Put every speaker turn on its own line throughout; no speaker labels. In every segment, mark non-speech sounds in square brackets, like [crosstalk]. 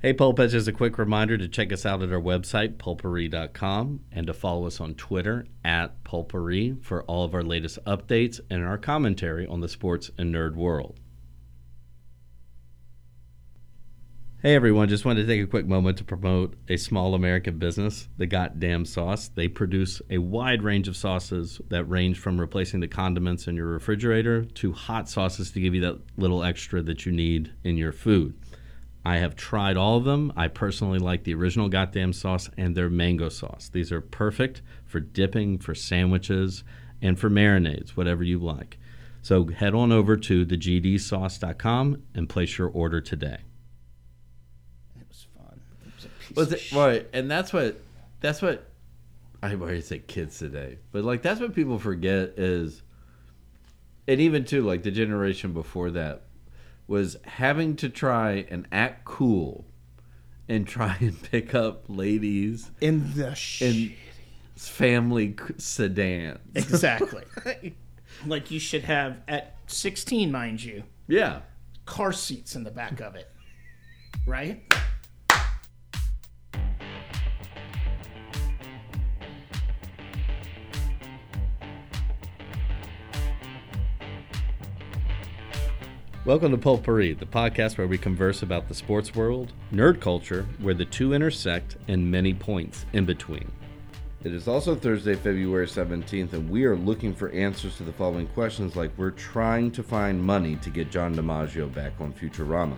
Hey, Pulp Edge, as a quick reminder to check us out at our website, pulpery.com, and to follow us on Twitter at pulpery for all of our latest updates and our commentary on the sports and nerd world. Hey everyone, just wanted to take a quick moment to promote a small American business, The Goddamn Sauce. They produce a wide range of sauces that range from replacing the condiments in your refrigerator to hot sauces to give you that little extra that you need in your food. I have tried all of them. I personally like the original Goddamn Sauce and their mango sauce. These are perfect for dipping, for sandwiches, and for marinades, whatever you like. So head on over to thegdsauce.com and place your order today.
It was fun. It was a piece
Was
of
it right? And that's what that's what I already say kids today, but like that's what people forget is, and even too like the generation before that was having to try and act cool, and try [laughs] and pick up ladies
in the sh-
in family c- sedans.
exactly. [laughs] like you should have at 16, mind you,
Yeah,
car seats in the back of it, right?
Welcome to Pulpari, the podcast where we converse about the sports world, nerd culture, where the two intersect, and many points in between.
It is also Thursday, February 17th, and we are looking for answers to the following questions like we're trying to find money to get John DiMaggio back on Futurama.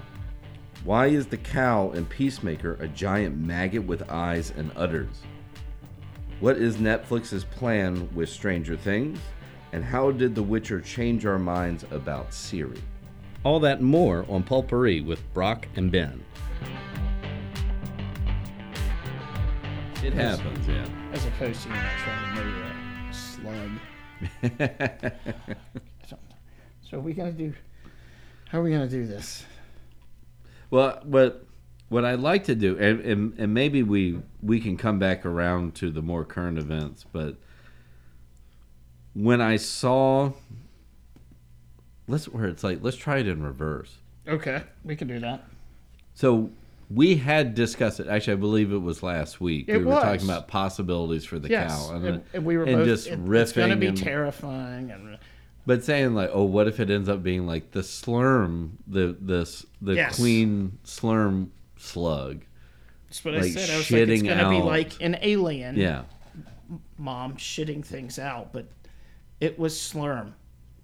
Why is the cow in Peacemaker a giant maggot with eyes and udders? What is Netflix's plan with Stranger Things? And how did The Witcher change our minds about Siri?
All that and more on Pulpari with Brock and Ben.
It happens, yeah.
As opposed to you know, trying to know you're a slug. [laughs] so, so are we gonna do? How are we gonna do this?
Well, what what I like to do, and, and and maybe we we can come back around to the more current events, but when I saw, let's where it's like let's try it in reverse.
Okay, we can do that.
So we had discussed it. Actually, I believe it was last week.
It
we were
was.
talking about possibilities for the
Yes,
cow, and,
and, and we were
and
both.
just
it-
riffing.
it's gonna be
and-
terrifying, and
but saying like, oh, what if it ends up being like the slurm, the this the
Yes.
queen slurm slug?
that's what I
Like
said. I was like, it's
shitting
gonna be
out.
like an alien.
Yeah.
mom shitting things out, but it was slurm.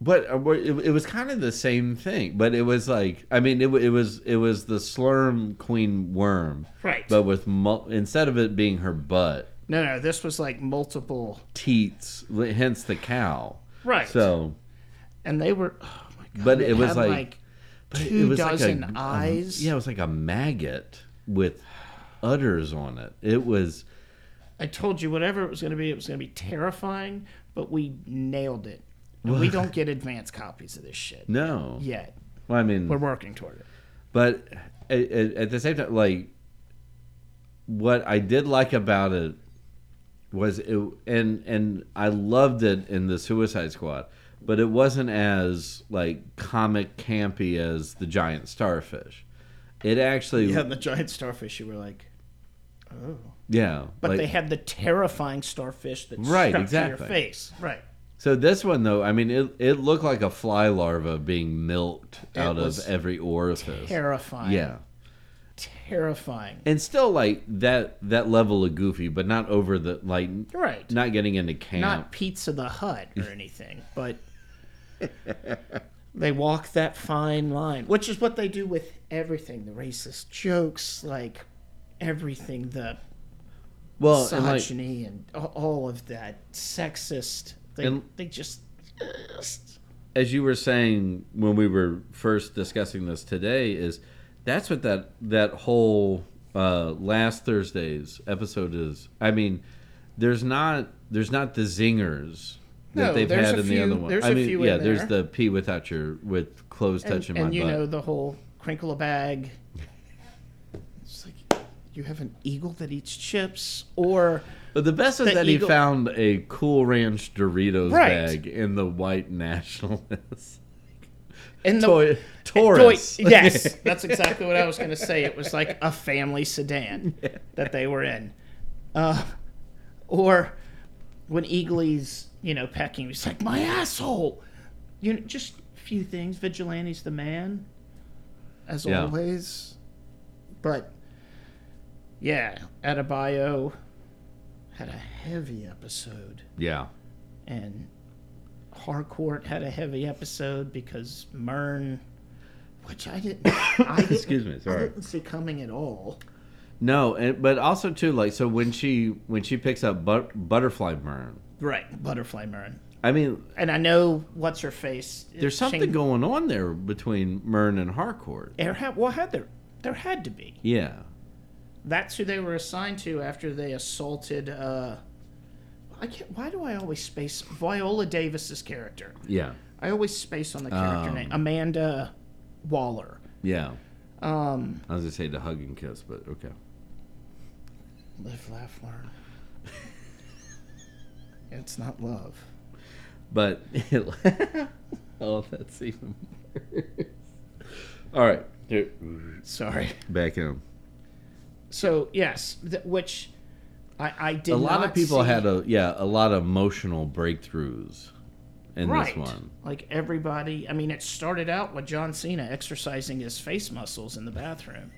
But uh, but it, it was kind of the same thing. But it was like I mean it, wa- it was it was the slurm queen worm,
Right.
but with mul- instead of it being her butt
no, no, this was like multiple.
teats, li- hence the cow.
Right.
So
and they were. Oh my god.
But
they
it was
had,
like- but
two dozen eyes.
yeah, it was like a maggot with udders on it. It was
I told you, whatever it was going to be, it was going to be terrifying. But we nailed it. And we don't get advanced copies of this shit
no.
yet.
Well, I mean,
We're working toward it.
but at, at, at the same time like what i did like about it was it and and i loved it in the suicide squad but it wasn't as like comic campy as the giant starfish it actually
Yeah,
yeah,
the giant starfish. You were like, oh. But
like-
they had the terrifying starfish that
Right,
stuck to
exactly.
your face. Right.
so this one though i mean it, it looked like a fly larva being milked
It
out of
was
every orifice
Terrifying.
yeah
Terrifying.
and still like that that level of goofy but not over the like
Right.
not getting into camp
not Pizza the Hut
[laughs]
or anything, but they walk that fine line, which is what they do with everything the racist jokes, like everything, the
well and, like,
misogyny, and, a- all of that sexist. They,
And-
they just.
as you were saying when we were first discussing this today is that's what that that whole uh, last Thursday's episode is. I mean, there's not there's not the zingers that
No,
they've
there's
had
a
in the
few-
other one.
there's
I
a
mean,
few in
yeah, there's
there.
the pee without your with clothes
And,
touching
and
my
you
butt.
know, the whole crinkle a bag. It's like you have an eagle that eats chips, or.
but the best is
the
that
eagle-
he found a Cool Ranch Doritos
Right.
bag in the white nationalist.
And the
[laughs]
eh,
Toy- Taurus.
Doi- yes, that's exactly what I was going to say. It was like a family sedan that they were in, uh, or when Eagly's you know pecking, he's like my asshole. You know, just a few things. Vigilante's the man, as
Yeah.
always. But yeah, Adebayo had a heavy episode
[laughs] Yeah.
and Harcourt had a heavy episode because Mern, which I didn't, [coughs] I didn't,
Excuse me.
I
Sorry.
didn't see coming at all.
No, and, but also too like so when she when she picks up but, butterfly burn.
Right, Butterfly Mern,
I mean,
and I know what's her face.
there's something
Shane-
going on there between Myrn and Harcourt.
There had well had there there had to be.
Yeah.
That's who they were assigned to after they assaulted. uh I can't. Why do I always space Viola Davis's character?
Yeah.
I always space on the character
Um,
name Amanda Waller.
Yeah.
Um,
I was gonna say the hug and kiss, but okay.
Live, laugh, learn. it's not love.
But [laughs] oh, that's even.
All right. Here,
Sorry.
Back in.
So yes, th- which I, I did.
a lot of
not
people
see-
had a yeah a lot of emotional breakthroughs in
right.
this one.
Like everybody, I mean, it started out with John Cena exercising his face muscles in the bathroom.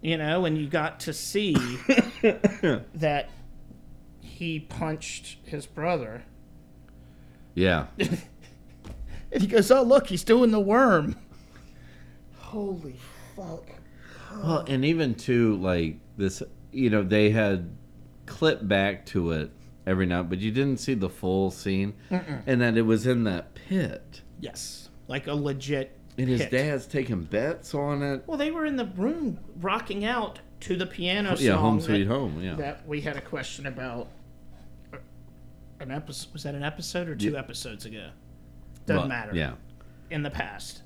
you know, and you got
[coughs]
to see that he punched his brother.
Yeah.
And he goes, "Oh look, he's doing the worm." Holy fuck!
Well, and even too like this, you know, they had clip back to it every now, but you didn't see the full scene, and that it was in that pit,
Yes, like a legit.
and his
pit.
dad's taking bets on it.
Well, they were in the room rocking out to the piano song.
yeah, home
that-
sweet home. Yeah.
That we had a question about. uh, An episode was that an episode or two episodes ago? Doesn't
Well,
matter.
Yeah.
In the past.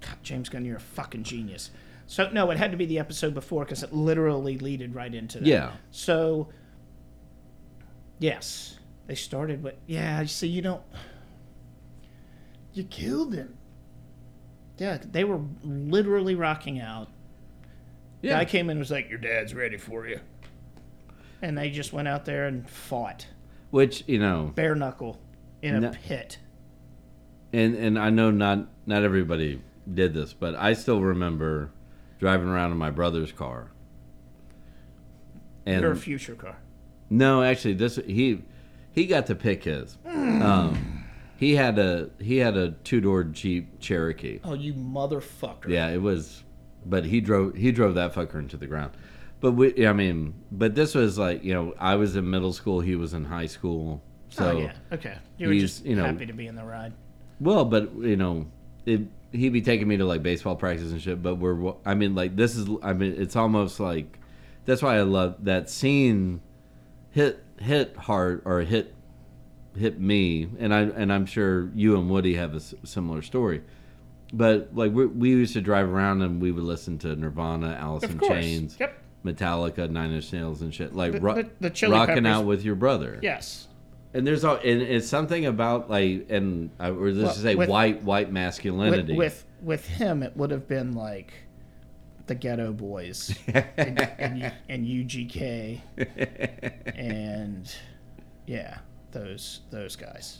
God, James Gunn, you're a fucking genius. So no, it had to be the episode before because it literally leaded right into that.
Yeah.
So. Yes, they started with yeah. You see, you don't. You killed him. Yeah, they were literally rocking out.
Yeah.
Guy came in and was like, "Your dad's ready for you," and they just went out there and fought
Which you know,
bare knuckle in a
No.
pit.
and and I know not not everybody did this, but I still remember driving around in my brother's car. And
Your future car.
No, actually, this he he got to pick his. Um, he had a he had a two door Jeep Cherokee.
Oh, you motherfucker!
Yeah, it was, but he drove he drove that fucker into the ground. But we, I mean, but this was like you know I was in middle school, he was in high school. So
oh yeah. Okay. You were
he's,
just
you know-
happy to be in the ride.
well, but you know it. He'd be taking me to like baseball practice and shit, but we're. wa- I mean, like this is. I mean, it's almost like that's why I love that scene. Hit hit hard or hit hit me, and I and I'm sure you and Woody have a s- similar story. But like we, we used to drive around and we would listen to Nirvana, Alice in Chains,
Yep.
Metallica, Nine Inch Nails, and shit. Like
The-
ro-
the- the Chili
rocking
Peppers.
out with your brother.
Yes.
And there's all, and it's something about like, and I or let's
Well,
just say
with-
white white
With,
masculinity.
with with him, it would have been like the
[laughs]
Ghetto Boys and, and, U- and UGK and yeah, those those guys.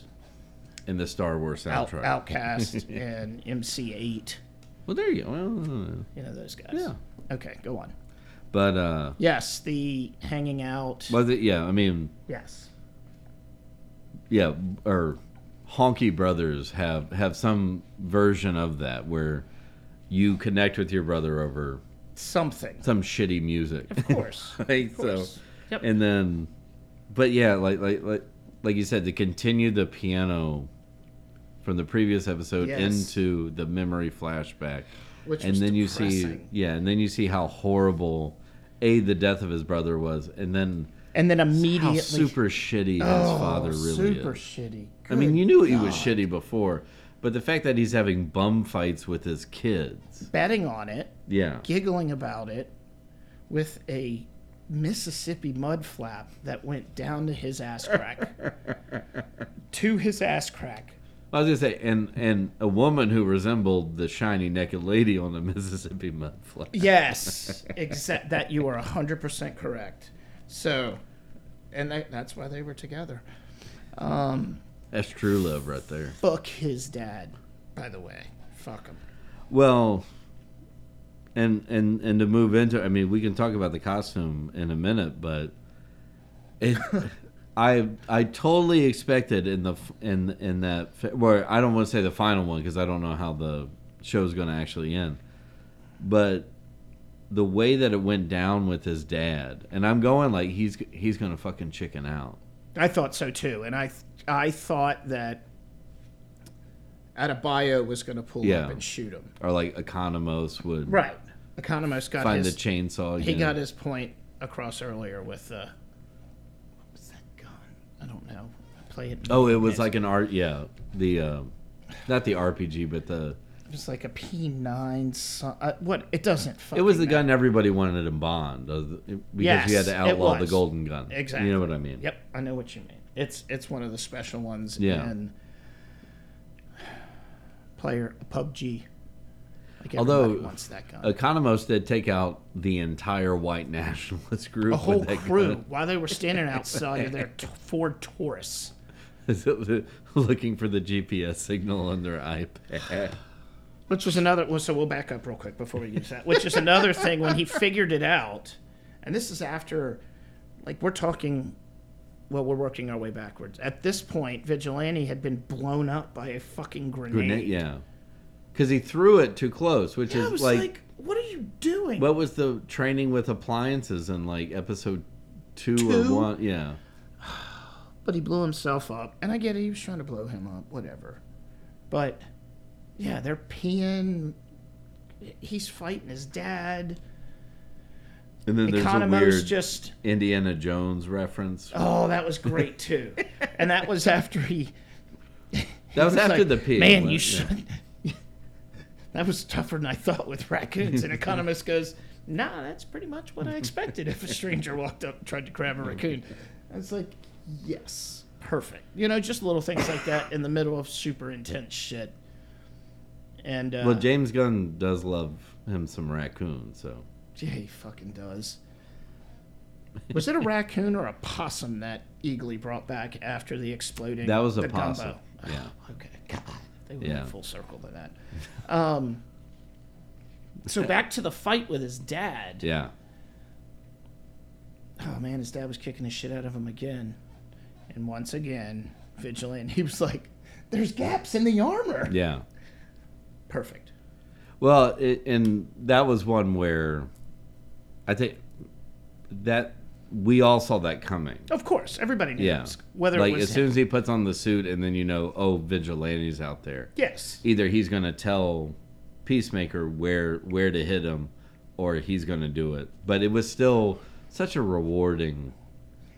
in the Star Wars
Out,
soundtrack. [laughs]
Outcast and MC8.
Well, there you go. Well,
You know those guys.
Yeah.
Okay, go on.
but uh,
Yes, the hanging out.
was it? Yeah, I mean,
Yes.
yeah, or honky brothers have have some version of that where you connect with your brother over
Something.
some shitty music. [laughs]
Of course.
like so
course. Yep.
and then but yeah like like like like you said to continue the piano from the previous episode
Yes.
into the memory flashback
Which
and
was
then you see
depressing.
yeah and then you see how horrible a the death of his brother was and then
and then
how
immediately
super shitty his
Oh,
father really
super
is
shitty.
i mean you knew he was
God.
shitty before but the fact that he's having bum fights with his kids
betting on it,
yeah
giggling about it, with a Mississippi
[laughs]
mud flap that went down to his ass crack, to his ass crack,
I was gonna say, and and a woman who resembled the shiny naked lady on the [laughs] Mississippi mud flats.
Yes, except that you are 100% correct. So, and that, that's why they were together. Um,
That's true love right there.
fuck his dad, by the way. Fuck him.
Well, and and and to move into, I mean, we can talk about the costume in a minute, but it, [laughs] I I totally expected in the f- in in that f- well, I don't want to say the final one because I don't know how the show's going to actually end, but the way that it went down with his dad, and I'm going like he's he's going to fucking chicken out.
I thought so too, and I I thought that Adebayo was going to pull
Yeah.
up and shoot him.
or like Economos would
Right. Economist got
find
his
the chainsaw.
he
Again.
got his point across earlier with uh, what's that gun? I don't know. I play it. in-
Oh, it was like an art. Yeah, the uh, not the RPG, but the
It was like a P nine. So, uh, what? It doesn't.
it was the
fucking
gun everybody wanted in Bond uh, because you had
Yes,
to
it
outlaw the
was.
golden gun.
Exactly.
You know what I mean?
Yep, I know what you mean. It's it's one of the special ones
Yeah.
in [sighs] player PUBG. Like
Although,
everybody wants that gun. A,
Economos did take out the entire white [laughs] nationalist group.
whole
with that
crew
[laughs]
while they were standing outside of their t- Ford Taurus.
gun, looking for the GPS signal on their iPad.
Which was another. Well, so we'll back up real quick before we use that. Which is another thing when he figured it out, and this is after, like we're talking, well, we're working our way backwards. At this point, Vigilante had been blown up by a fucking grenade.
Grenade, yeah, because he threw it too close, which
I
is
was like,
like
what are you doing?
What was the training with appliances in like episode two,
Two?
or one? Yeah.
but he blew himself up, and I get it. He was trying to blow him up, whatever. But yeah, they're peeing. He's fighting his dad.
And then there's a
Economos
weird
just
Indiana Jones reference.
Oh, that was great too. and that was after he. he
That was after
like,
the pig
Man,
went,
you
yeah.
should. [laughs] that was tougher than I thought with raccoons. And economist goes, Nah, that's pretty much what I expected. If a stranger walked up and tried to grab a raccoon, I was like, Yes, perfect. You know, just little things like that in the middle of super intense shit. And uh,
Well, James Gunn does love him some raccoon, so
Yeah, he fucking does. Was it a raccoon or a possum that Eagly brought back after the exploding?
that was a
the gumbo?
possum. Yeah.
Okay, God, they went
Yeah.
full circle to that. Um, so back to the fight with his dad.
Yeah.
Oh man, his dad was kicking the shit out of him again, and once again, vigilant. He was like, "There's gaps in the armor."
Yeah.
Perfect.
Well, it, and that was one where I think that we all saw that coming.
Of course, everybody knew.
Yeah.
this, Whether
like
it was
as soon
him.
as he puts on the suit, and then you know, oh, vigilante's out there.
yes,
either he's going to tell Peacemaker where where to hit him, or he's going to do it. But it was still such a rewarding,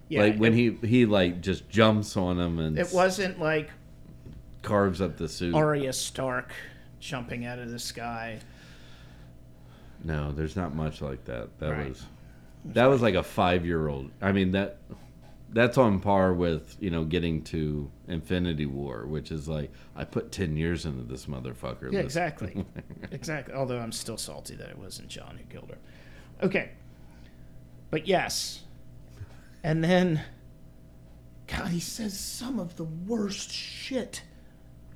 yeah,
like when
it,
he he like just jumps on him and
it wasn't like
carves up the suit.
Arya Stark jumping out of the sky.
No, there's not much like that. That
Right.
was that was like a five year old. I mean that that's on par with you know getting to Infinity War, which is like I put ten years into this motherfucker.
Yeah,
Let's-
exactly. [laughs] exactly. Although I'm still salty that it wasn't John who killed her. Okay. But yes. And then God, he says some of the worst shit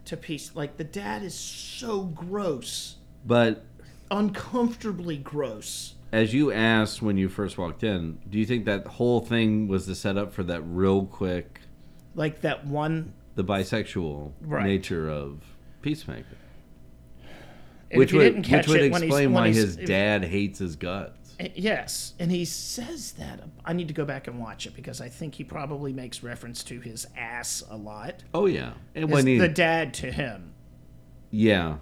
to peace. Like the dad is so gross.
But
Uncomfortably gross.
as you asked when you first walked in, do you think that whole thing was the setup for that real quick,
Like that one
the bisexual
Right.
nature of Peacemaker?
if
which
you
would,
didn't catch
which would
it when he's-
explain
when
why
he's-
his dad hates his guts.
Uh, Yes, and he says that. I need to go back and watch it because I think he probably makes reference to his ass a lot.
Oh yeah, and
Is
when he
the dad to him?
yeah,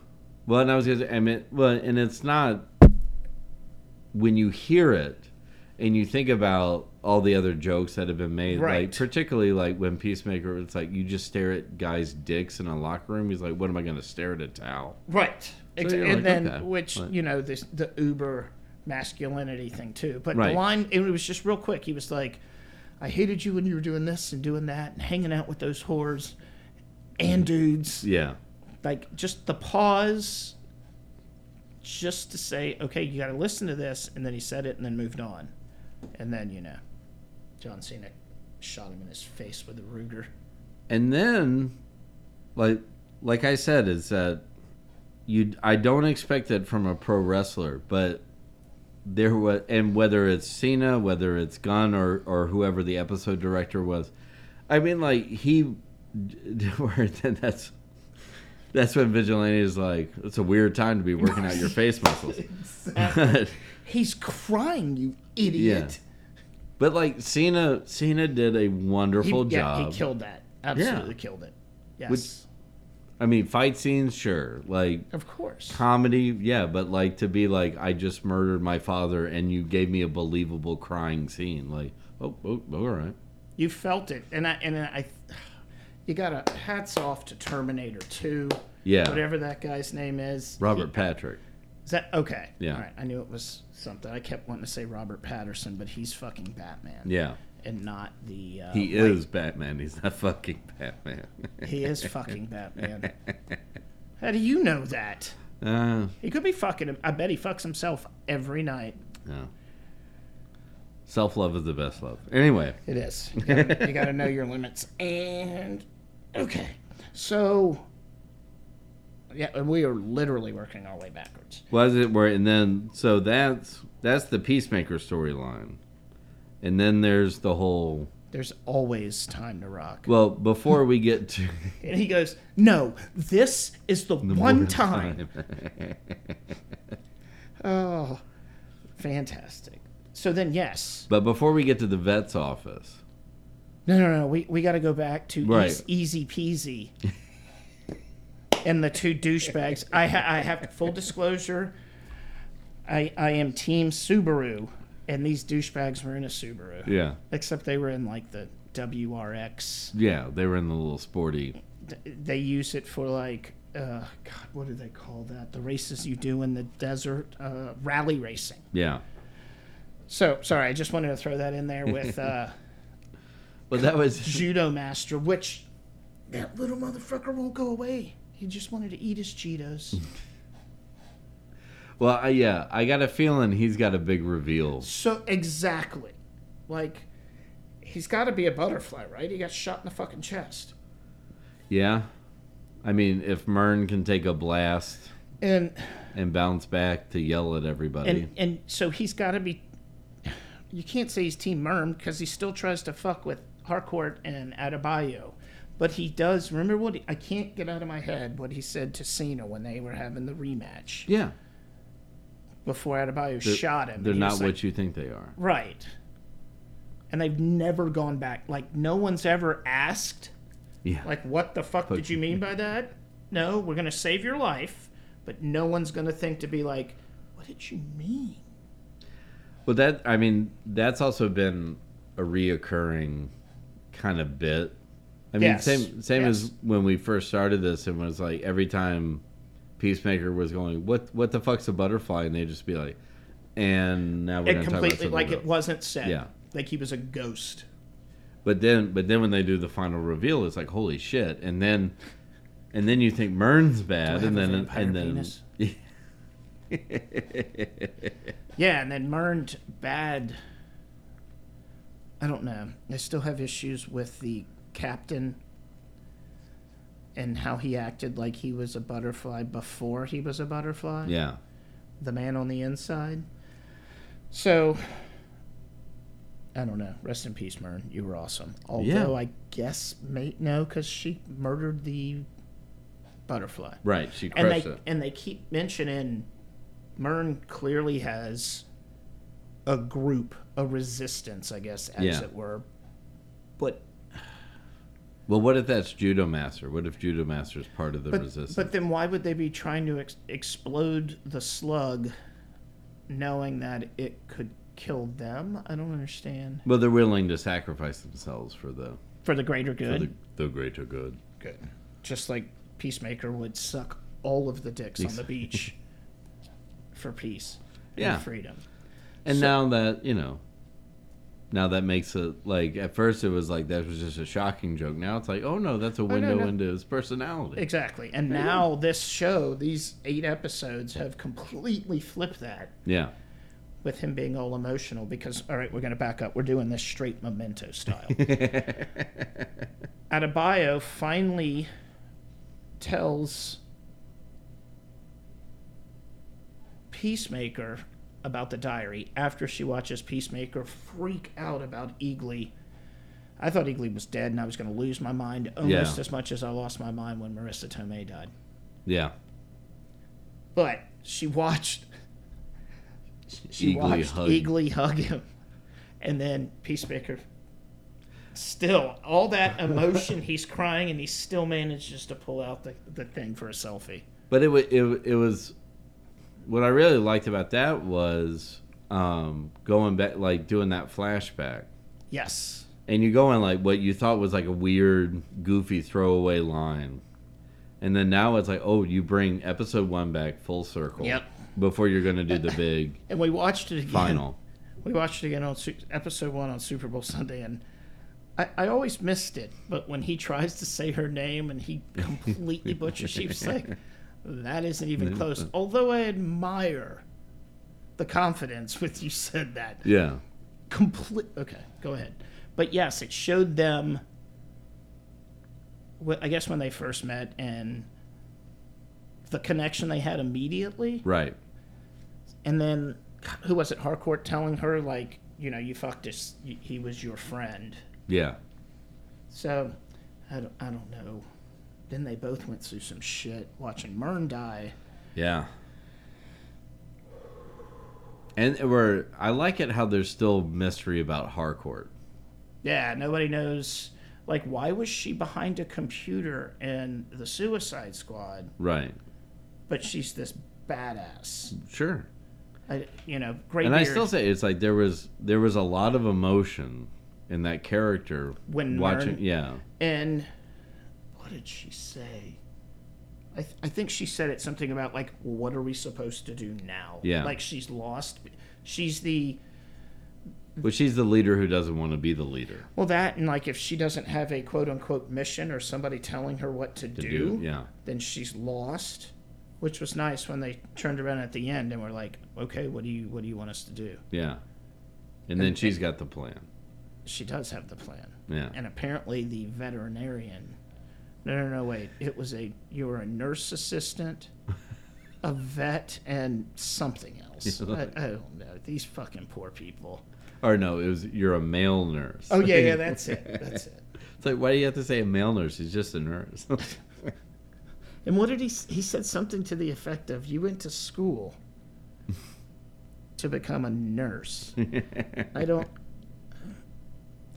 well, and I was gonna, say, I mean, well, and it's not when you hear it and you think about all the other jokes that have been made,
Right.
like particularly like when Peacemaker, it's like you just stare at guys' dicks in a locker room. He's like, what am I gonna stare at a towel?
Right. Ex-
you're
and
like,
then,
okay,
which
right.
you know, this the uber masculinity thing too. But the
Right.
line, it was just real quick. He was like, "I hated you when you were doing this and doing that and hanging out with those whores." and dudes.
Yeah.
Like just the pause, just to say, okay, you got to listen to this, and then he said it, and then moved on, and then you know, John Cena shot him in his face with a Ruger.
and then like like i said is that you i don't expect it from a pro wrestler but there was and whether it's cena whether it's gunn or or whoever the episode director was i mean like he [laughs] where then that's that's when vigilante is like it's a weird time to be working out your face
[laughs]
muscles [laughs]
He's crying, you idiot.
but like cena cena did a
He,
wonderful
yeah,
job
he killed that. Absolutely killed it. Yes,
i mean fight scenes sure like
of course.
comedy yeah but like to be like i just murdered my father and you gave me a believable crying scene like oh, oh all right
You felt it, and I and I, you got to hats off to Terminator Two,
yeah
whatever that guy's name is.
robert patrick
Is that okay?
Yeah.
All right. I knew it was something. I kept wanting to say Robert Patterson, but he's fucking Batman.
yeah
And not the. Uh,
he
white-
is batman he's not [laughs] fucking batman [laughs]
He is fucking Batman. How do you know that?
uh,
He could be fucking him. I bet he fucks himself every night.
no. self-love is the best love anyway
It
[laughs]
is. You gotta, you gotta know your limits. And okay, so yeah, and we are literally working our way backwards.
was it where and then so that's that's the peacemaker storyline and then there's the whole
There's always time to rock.
well before we get to [laughs]
And he goes, "No, this is the, one time. Oh, fantastic. So then, yes.
[laughs] But before we get to the vet's office,
No, no, no. We, we got to go back to
Right.
eas- easy peasy. and the two douchebags. I, ha- I have full disclosure. I I am team Subaru, and these douchebags were in a Subaru.
yeah,
Except they were in like the WRX.
yeah, they were in the little sporty.
Th- They use it for like. Uh, God, what do they call that? The races you do in the desert, uh, rally racing.
Yeah,
So sorry, I just wanted to throw that in there
[laughs]
with uh,
but that was
judo master, which that little motherfucker won't go away. He just wanted to eat his Cheetos.
[laughs] Mm-hmm. well, I, yeah. I got a feeling he's got a big reveal.
so exactly, like he's got to be a butterfly, right? He got shot in the fucking chest,
Yeah, I mean, if Mern can take a blast
and
and bounce back to yell at everybody,
and and so he's got to be. You can't say he's Team Merm because he still tries to fuck with Harcourt and Adebayo. But he does. Remember what he, I can't get out of my head what he said to Cena when they were having the rematch
yeah,
before Adebayo
they're-
shot him.
They're
He
not
was like,
what you think they are.
Right. And they've never gone back. Like no one's ever asked,
Yeah,
like, what the fuck did you mean by that? No, we're gonna save your life, but no one's gonna think to be like, what did you mean?
Well, that I mean, that's also been a reoccurring kind of bit. I mean,
Yes.
same same as
Yes.
when we first started this, and was like every time Peacemaker was going, "What what the fuck's a butterfly?" and they'd just be like, "And now we're
it
gonna
completely
talk about
like
something
it
else."
wasn't said.
Yeah.
Like he was a ghost.
But then, but then when they do the final reveal, it's like, "Holy shit!" And then, and then you think Mern's bad,
have
and
a
then
vampire
and then
penis? Yeah, and then Merned bad. I don't know. I still have issues with the captain and how he acted like he was a butterfly before he was a butterfly.
[laughs] yeah,
the man on the inside. So I don't know. Rest in peace, Mern. You were awesome. Although
Yeah.
I guess mate no, because she murdered the butterfly,
right. She
and
crushed
they
it.
and they keep mentioning Mern clearly has a group, a resistance, I guess, as
Yeah.
it were. But
Well, what if that's Judo Master? What if Judo Master's part of the
but,
resistance?
but then why would they be trying to ex- explode the slug knowing that it could kill them i don't understand
Well, they're willing to sacrifice themselves for the
for the greater
for
good
the, the greater good.
good just like peacemaker would suck all of the dicks on the beach [laughs] for peace
Yeah.
and freedom
And now that you know, Now that makes it like at first it was like that was just a shocking joke. Now it's like, oh no, that's a window
no.
into his personality.
Exactly. And now this show, these eight episodes have completely flipped that [laughs]
yeah.
with him being all emotional because all right, we're going to back up. We're doing this straight memento style. Adebayo finally tells Peacemaker about the diary after she watches Peacemaker freak out about Eagly. I thought Eagly was dead and I was going to lose my mind almost
Yeah.
as much as I lost my mind when Marissa Tomei died.
Yeah.
But she watched she
Eagly
watched
hug.
Eagly hug him. And then Peacemaker still
[laughs]
all that emotion he's crying and he still manages to pull out the, the thing for a selfie.
But it, wa- it wa- it was what I really liked about that was um, going back like doing that flashback.
Yes.
and you go on like what you thought was like a weird, goofy throwaway line, and then now it's like, oh, you bring episode one back full circle.
Yep.
Before you're gonna do the
[laughs]
big
And we watched it again.
final.
We watched it again on Su- episode one on Super Bowl Sunday and I, I always missed it, but when he tries to say her name and he completely butchers, she was like, that isn't even close. Although I admire the confidence with you said that.
yeah.
complete. Okay, go ahead. But yes, it showed them. wh- I guess when they first met and the connection they had immediately,
Right.
and then who was it? Harcourt telling her like, you know, you fucked us. y- He was your friend.
Yeah.
So, I don't, I don't know. Then they both went through some shit watching Mern die.
Yeah. And we're I like it how there's still mystery about Harcourt.
Yeah, nobody knows. Like, why was she behind a computer in the Suicide Squad?
Right.
But she's this badass.
Sure.
I, you know, great.
And I
beard.
still say it's like there was there was a lot of emotion in that character
When
watching.
Mern-
Yeah.
and what did she say? I, th- I think she said it something about like, what are we supposed to do now?
Yeah.
like she's lost. She's the
But she's the leader who doesn't want to be the leader.
well that and like if she doesn't have a quote unquote mission or somebody telling her what to, do,
Dude. Yeah.
then she's lost. Which was nice when they turned around at the end and were like, okay, what do you what do you want us to do?
Yeah. And then she's got the plan.
She does have the plan.
Yeah.
and apparently the veterinarian no no no wait it was a you were a nurse assistant a vet and something else I, I don't know these fucking poor people
Or no, it was you're a male nurse.
oh
[laughs]
yeah yeah that's it [laughs] that's it
It's like why do you have to say a male nurse? He's just a nurse.
and what did he s- he said something to the effect of you went to school to become a nurse [laughs] i don't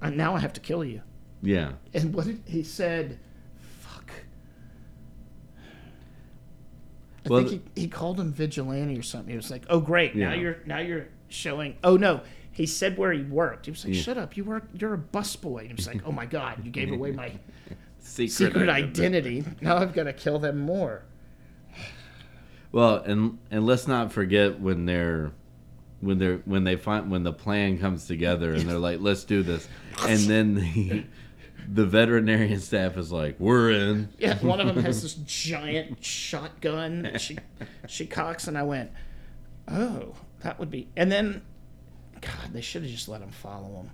and now i have to kill you
[laughs] yeah.
and what did, he said fuck I
Well,
think he, he called him vigilante or something. He was like, "Oh, great! Now
Yeah.
you're now you're showing." Oh no, he said where he worked. He was like,
Yeah.
"Shut up! You work. You're a busboy." And he was like, "Oh my god, you gave away my
[laughs] secret,
secret identity. Now I've got to kill
[laughs]
them more."
Well, and and let's not forget when they're when they're when they find when the plan comes together and they're like, let's do this, and then the [laughs] the veterinarian staff is like, we're in.
Yeah, one of them has this giant shotgun. that She she cocks, and I went, "Oh, that would be." And then, God, they should have just let him follow him.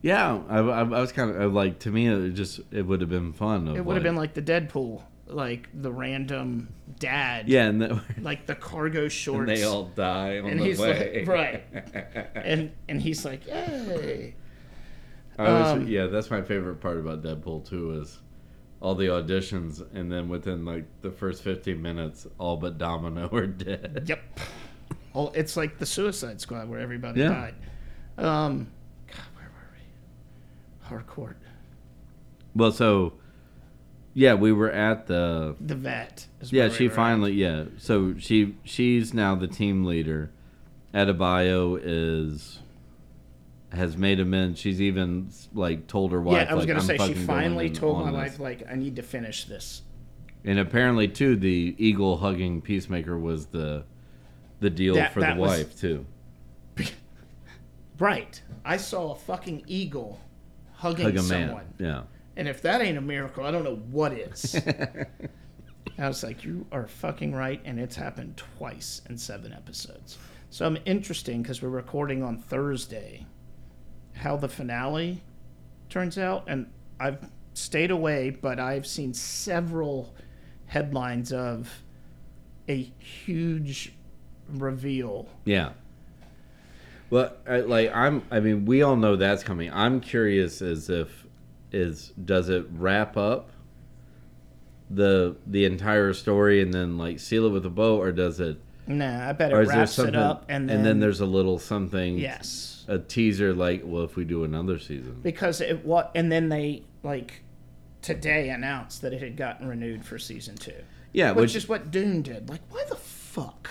Yeah, I, I, I was kind of like to me it just it would have been fun. Of
It would have been like the Deadpool, like the random dad,
yeah, and that, [laughs]
like the cargo shorts.
they all die on
and
the
he's
way. [laughs]
like, [laughs] right, and and he's like, "Yay!"
I always,
Um,
yeah, that's my favorite part about Deadpool too is all the auditions, and then within like the first fifteen minutes, all but Domino [laughs] are dead.
Yep. Well, it's like the Suicide Squad where everybody
Yeah.
died. Um, God, where were we? Harcourt,
Well, so yeah, we were at the
the vet. is
yeah.
where we
She
were at.
finally yeah. So she she's now the team leader. Adebayo is has made amends. She's even like told her wife.
Yeah, I was
like,
gonna
"I'm
say she
fucking going
finally
in
told
on
my
this."
wife like, "I need to finish this."
And apparently, too, the eagle hugging peacemaker was the the deal
That-
for
that
the
was-
wife too.
Right. I saw a fucking eagle hugging
Hug a man.
someone.
Yeah.
And if that ain't a miracle, I don't know
[laughs]
what is. I was like, you are fucking right. And it's happened twice in seven episodes. So I'm interesting because we're recording on Thursday how the finale turns out. And I've stayed away, but I've seen several headlines of a huge reveal.
Yeah. Well, I, like I'm. I mean, we all know that's coming. I'm curious as if is does it wrap up the the entire story and then like seal it with a bow, or does it?
Nah, I bet
Or
it
is there
wraps
something?
it up. And then,
there's a little something.
Yes.
A teaser like, well, if we do another season.
because it what and then they like today announced that it had gotten renewed for season two
Yeah,
which,
which,
is what dune did like why the fuck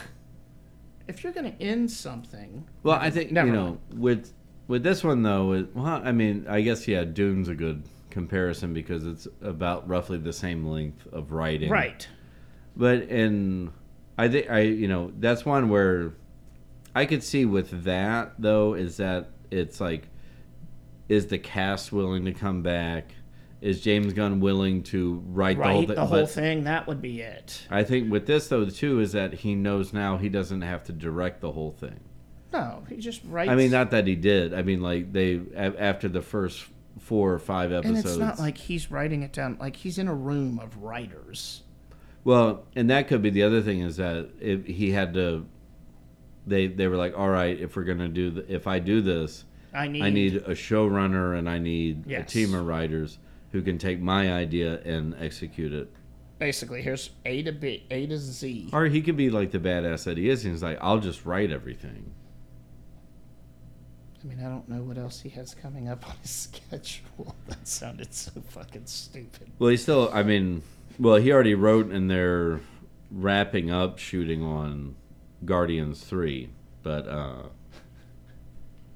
if you're gonna end something
well, I think
Never
you know with with this one though. It, well, I mean, I guess yeah, Dune's a good comparison because it's about roughly the same length of writing.
right
But in I think I you know that's one where I could see with that though is that it's like is the cast willing to come back? Is James Gunn willing to write the whole
right
thing?
the whole
But
thing that would be it
I think with this though too is that he knows now he doesn't have to direct the whole thing.
no he just writes
I mean, not that he did. I mean, like they a- after the first four or five
and
episodes.
it's not like he's writing it down like he's in a room of writers
Well, and that could be the other thing is that if he had to, they they were like, all right, if we're gonna do the, if I do this,
i need
I need a showrunner and I need a
Yes.
team of writers who can take my idea and execute it.
basically here's a to b a to z
Or he could be like the badass that he is, and he's like, I'll just write everything.
I mean, I don't know what else he has coming up on his [laughs] schedule. That sounded so fucking stupid.
Well, he still, I mean, well, he already wrote and they're wrapping up shooting on Guardians three, but uh,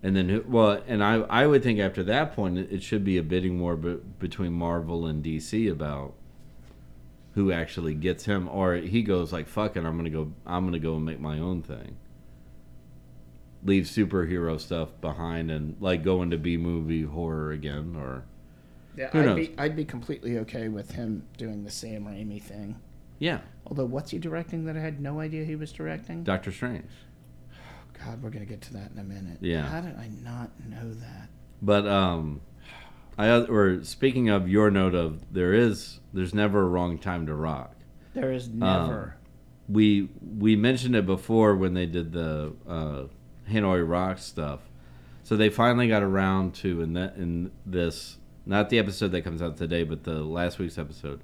and then who- well, and I I would think after that point it it should be a bidding war be, between Marvel and DC about who actually gets him, or he goes like fuck it, I'm gonna go, I'm gonna go and make my own thing. Leave superhero stuff behind and like go into B movie horror again, or
Yeah,
Who
I'd
knows?
be I'd be completely okay with him doing the Sam Raimi thing.
yeah,
Although, what's he directing that I had no idea he was directing?
Doctor Strange.
God, we're gonna get to that in a minute.
Yeah.
How did I not know that?
But um, I or speaking of your note of there is there's never a wrong time to rock.
There is
Um,
never.
We we mentioned it before when they did the uh, Hanoi Rock stuff. So they finally got around to in that in this not the episode that comes out today, but the last week's episode.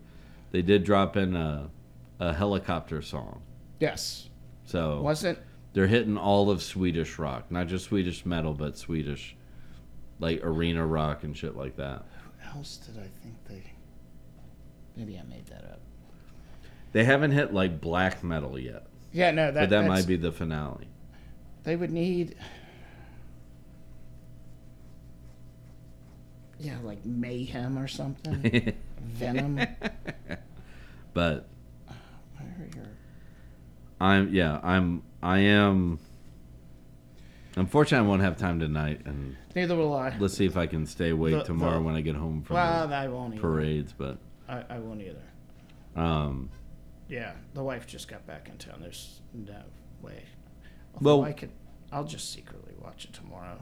They did drop in a a helicopter song.
yes.
So
Wasn't
they're hitting all of Swedish rock, not just Swedish metal, but Swedish like arena rock and shit like that.
what else did I think they? Maybe I made that up.
They haven't hit like black metal yet,
Yeah, no, that
but that
that's-
might be the finale. [laughs]
They would need. Yeah, like mayhem
[laughs]
or something. Venom.
but
Where are your
I'm yeah, I'm I am Unfortunately, I won't have time tonight, and
Neither will I.
let's see if I can stay awake
The-
tomorrow
the-
when I get home from
Well, I won't
the
either.
parades. But
I, I won't either.
um,
Yeah, the wife just got back in town. There's no way.
Well-
Although I could. I'll just secretly watch it tomorrow.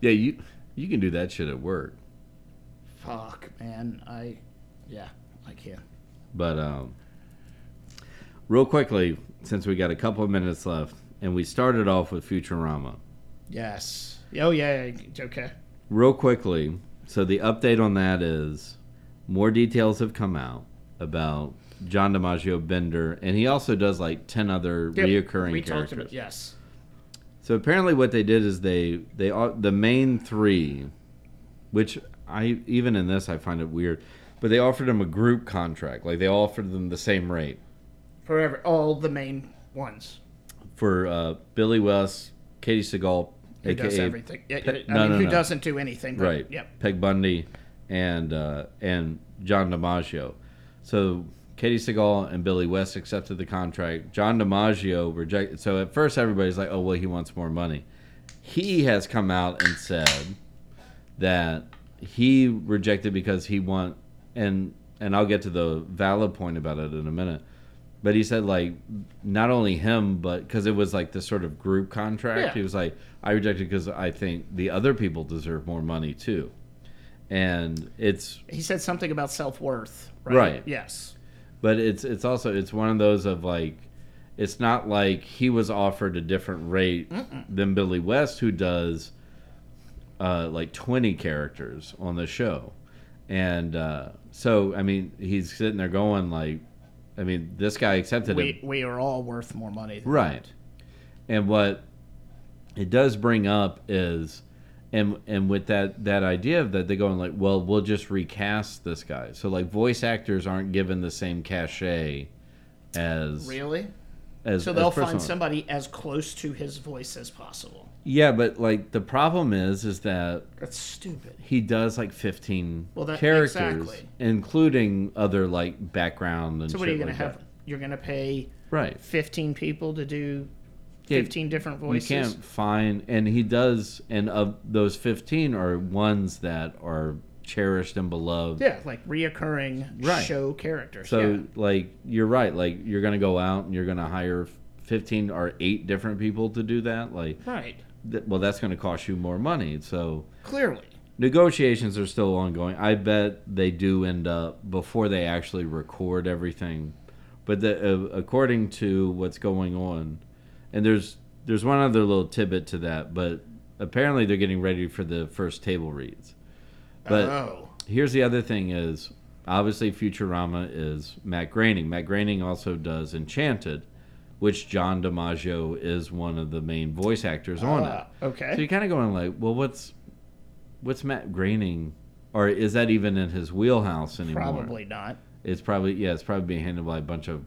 yeah, you you can do that shit at work,
Fuck, man. I. Yeah, I can.
but um, real quickly, since we got a couple of minutes left, and we started off with Futurama.
Yes. Oh yeah. yeah, it's Okay.
real quickly so the update on that is more details have come out about john dimaggio bender and he also does like 10 other
Yep,
reoccurring
we
characters
talked about yes.
so apparently what they did is they they are the main three which i even in this i find it weird but they offered him a group contract like they offered them the same rate
Forever. All the main ones.
for uh, billy west katie seagal
Who does
AKA
everything? Yeah,
Pe-
I mean,
no, no,
who
no.
doesn't do anything? But,
right?
Yep.
Peg Bundy and uh, and John DiMaggio. So Katie Seagal and Billy West accepted the contract. John DiMaggio rejected. So at first everybody's like, "Oh well, he wants more money," He has come out and said that he rejected because he want and and I'll get to the valid point about it in a minute. But he said like not only him but because it was like this sort of group contract.
Yeah.
He was like I rejected because I think the other people deserve more money too, and it's
He said something about self worth, right?
Right.
Yes.
but it's it's also it's one of those of like it's not like he was offered a different rate than Billy West who does uh, like 20 characters on the show and uh, so I mean he's sitting there going like I mean this guy accepted it
We, we are all worth more money. Than
right and what it does bring up is and and with that that idea of that they're going like well we'll just recast this guy so like voice actors aren't given the same cachet as
Really?
as
So
as
they'll
personal.
find somebody as close to his voice as possible.
yeah but like the problem is is that
That's stupid.
he does like 15
Well, that-
characters
exactly.
including other like background and
So what are
shit
you going
like
to have?
that.
You're going to pay
right
15 people to do
Yeah,
15 different
you
voices?
can't find and he does and of those 15 are ones that are cherished and beloved
Yeah, like reoccurring
Right.
show characters.
so
yeah.
like you're right like you're gonna go out and you're gonna hire 15 or 8 different people to do that like
Right.
th- well that's gonna cost you more money so
Clearly.
negotiations are still ongoing i bet they do end up before they actually record everything but the, uh, according to what's going on and there's there's one other little tidbit to that but apparently they're getting ready for the first table reads but
oh.
here's the other thing is obviously Futurama is Matt Groening. Matt Groening also does Enchanted, which John DiMaggio is one of the main voice actors on
Ah,
it.
okay.
So you're kind of going like, well, what's what's Matt Groening, or is that even in his wheelhouse anymore?
Probably not.
It's probably yeah, it's probably being handled by a bunch of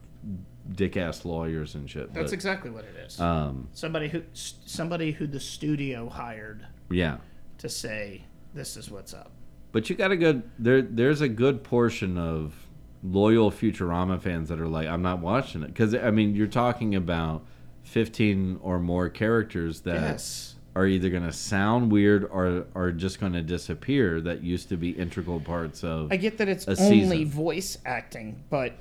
dick ass lawyers and shit.
That's
but,
exactly what it is.
um,
somebody who s- somebody who the studio hired
yeah.
to say this is what's up.
But you got a good there. There's a good portion of loyal Futurama fans that are like, I'm not watching it because I mean, you're talking about 15 or more characters that
Yes.
are either going to sound weird or are just going to disappear that used to be integral parts of.
I get that it's
A
only
season.
voice acting, but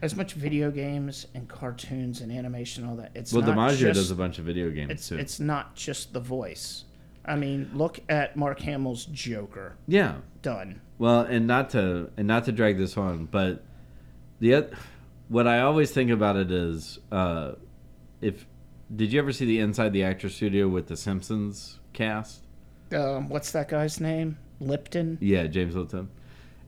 as much video games and cartoons and animation, all that it's
well,
not
DiMaggio
just,
does a bunch of video games
it's
too.
it's not just the voice. I mean, look at Mark Hamill's Joker.
yeah.
Done.
Well, and not to and not to drag this on, but the oth- what I always think about it is uh, if did you ever see the Inside the Actor Studio with the Simpsons cast?
Um, what's that guy's name? Lipton.
Yeah, James Wilton.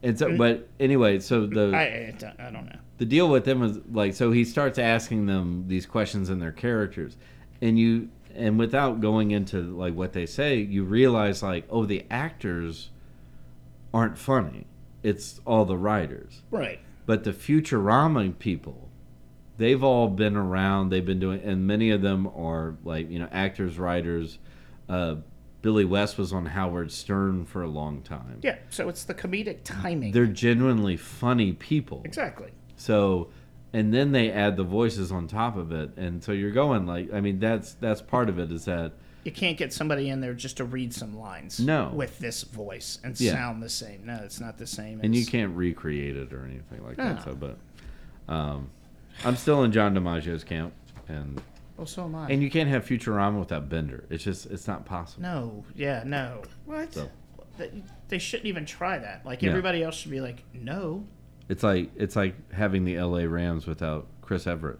And
Mm-hmm.
so, but anyway, so the
I I, don't- I don't know.
the deal with them is like so he starts asking them these questions in their characters, and you and without going into like what they say, you realize like oh the actors aren't funny. It's all the writers.
Right.
But the Futurama people, they've all been around. They've been doing, and many of them are like you know actors, writers. Uh, Billy West was on Howard Stern for a long time.
Yeah. So it's the comedic timing.
They're genuinely funny people.
exactly.
So, and then they add the voices on top of it, and so you're going like, I mean, that's that's part of it is that
You can't get somebody in there just to read some lines.
No.
With this voice and
Yeah.
sound the same. No, it's not the same.
and you
It's-
can't recreate it or anything like
No.
that. So, but um, I'm still in John DiMaggio's camp, and
Well, Oh, so am I.
And you can't have Futurama without Bender. It's just it's not possible.
No, yeah, no. What?
So-
They, they shouldn't even try that. Like
Yeah.
everybody else should be like, no.
It's like it's like having the LA Rams without Chris Everett.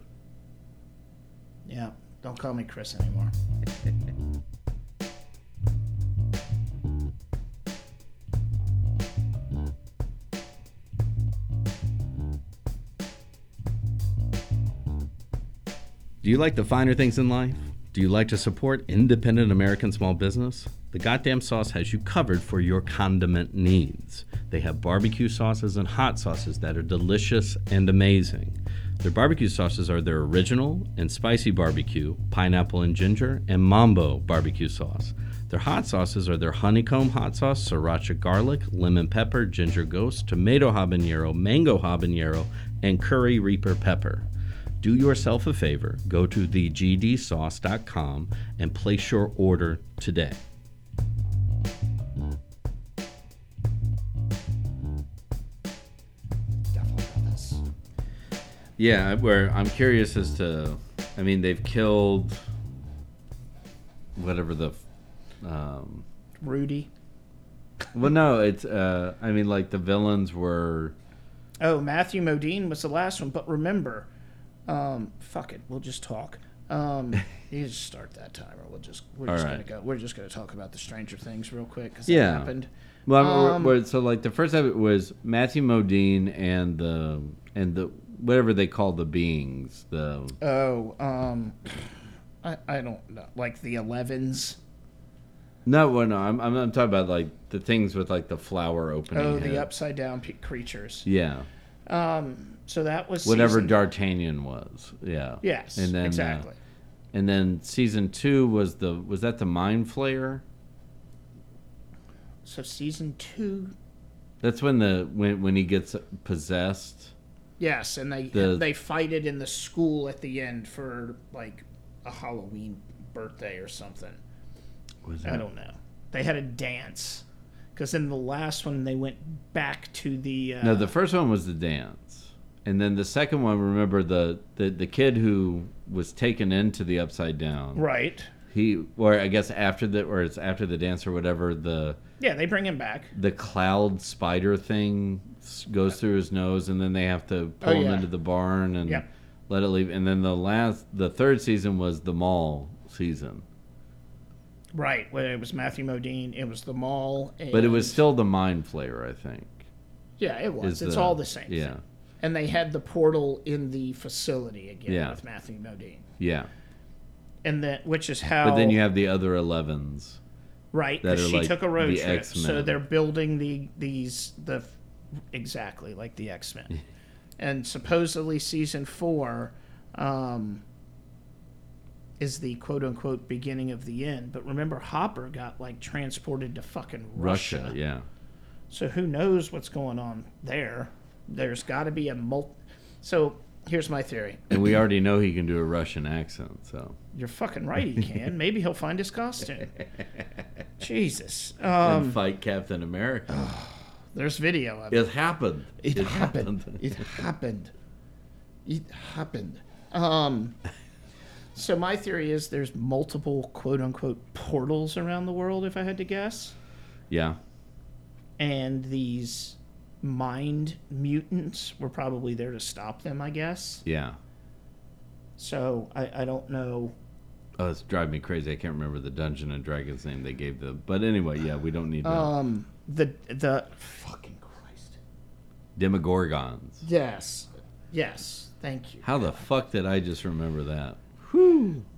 Yeah, don't call me Chris anymore.
Do you like the finer things in life? Do you like to support independent American small business? The Goddamn Sauce has you covered for your condiment needs. They have barbecue sauces and hot sauces that are delicious and amazing. Their barbecue sauces are their original and spicy barbecue, pineapple and ginger, and mambo barbecue sauce. Their hot sauces are their honeycomb hot sauce, sriracha garlic, lemon pepper, ginger ghost, tomato habanero, mango habanero, and curry reaper pepper. do yourself a favor go to thegdsauce.com and place your order today.
Yeah, where I'm curious as to, I mean, they've killed whatever the, um,
Rudy.
well, no, it's, uh, I mean, like the villains were,
Oh, Matthew Modine was the last one, but remember, um, fuck it, we'll just talk.
[laughs]
Um, you just start that timer. We'll just we're
All
just
right.
gonna go. We're just gonna talk about the Stranger Things real quick because
Yeah.
that happened.
well, I-
Um,
where- so like the first of it was Matthew Modine and the, and the, whatever they call the beings, the,
Oh, um, I I don't know, like the Elevens.
no, well, no, I'm, I'm, I'm talking about like the things with like the flower opening.
Oh, the
head.
upside down pe- creatures.
Yeah.
Um, so that was
Whatever
season-
D'Artagnan was. Yeah.
Yes,
And then, uh,
exactly.
And then season two was the was that the mind flayer?
so season two.
That's when the when when he gets possessed.
Yes, and they
The-
they fight it in the school at the end for like a Halloween birthday or something.
Was
I don't know. They had a dance because in the last one they went back to the. Uh,
No, the first one was the dance, and then the second one. Remember the the, the kid who was taken into the upside down.
right.
He or I guess after the or it's after the dance or whatever the
Yeah, they bring him back.
the cloud spider thing s- goes through his nose, and then they have to pull
Oh,
him
yeah.
into the barn and
Yep.
let it leave. And then the last, the third season was the mall season,
Right. Where it was Matthew Modine. It was the mall. And,
but it was still the mind flayer, I think.
Yeah, it was.
is
It's all the same.
Yeah,
Thing. And they had the portal in the facility again
Yeah.
with Matthew Modine,
yeah.
and that which is how.
But then you have the other elevens.
Right,
that
'cause
are
she
like
took a road
the
trip, so
X-Men.
they're building the these the exactly like the
[laughs]
X Men, and supposedly season four um, is the quote unquote beginning of the end. But remember, Hopper got like transported to fucking Russia,
Russia, yeah.
so who knows what's going on there? There's got to be a multi. So here's my theory.
And we already know he can do a Russian accent, so
You're fucking right. He
[laughs]
can. Maybe he'll find his costume. Jesus.
and
Um,
fight Captain America.
there's video of it.
It happened.
It, happened.
[laughs]
It happened. It happened. Um, so my theory is there's multiple quote unquote portals around the world, if I had to guess,
Yeah,
and these mind mutants were probably there to stop them, I guess.
yeah.
So I, I don't know.
Oh, it's driving me crazy. I can't remember the Dungeon and Dragons name they gave the. But anyway, yeah, we don't need uh, to.
Um, the the fucking Christ.
Demogorgons.
Yes, yes. Thank you,
How the fuck did I just remember that?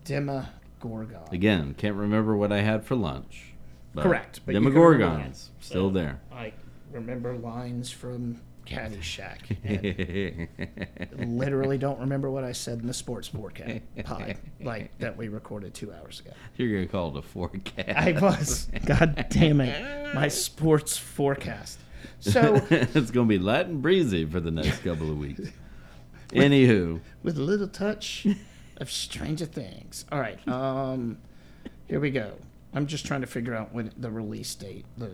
Demogorgon.
Again, can't remember what I had for lunch. but
Correct, but you can remember
Demogorgons.
that,
Still
so-
there.
I remember lines from Caddyshack.
[laughs]
and literally don't remember what I said in the sports forecast pod, like that we recorded two hours ago.
You're going to call it a forecast.
I
[laughs]
was. God damn it. My sports forecast.
[laughs]
So,
it's going to be light and breezy for the next couple of
[laughs]
weeks. Anywho,
with a little touch of Stranger Things. All right. Um, here we go. I'm just trying to figure out when the release date. The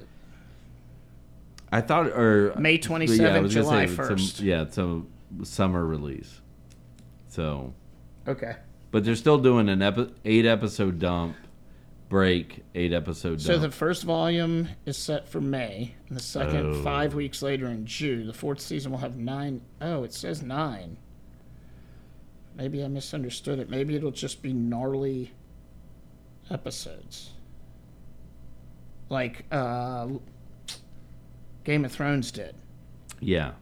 I thought, or
May
but
27th,
yeah, I was gonna
July
say, it's a-
1st.
yeah, it's a summer release. So,
Okay.
but they're still doing an epi- eight episode dump, break, eight episode dump.
So the first volume is set for May, and the second
Oh.
five weeks later in June. The fourth season will have nine oh it says nine. Maybe I misunderstood it. Maybe it'll just be gnarly episodes, like uh, Game of Thrones did.
Yeah.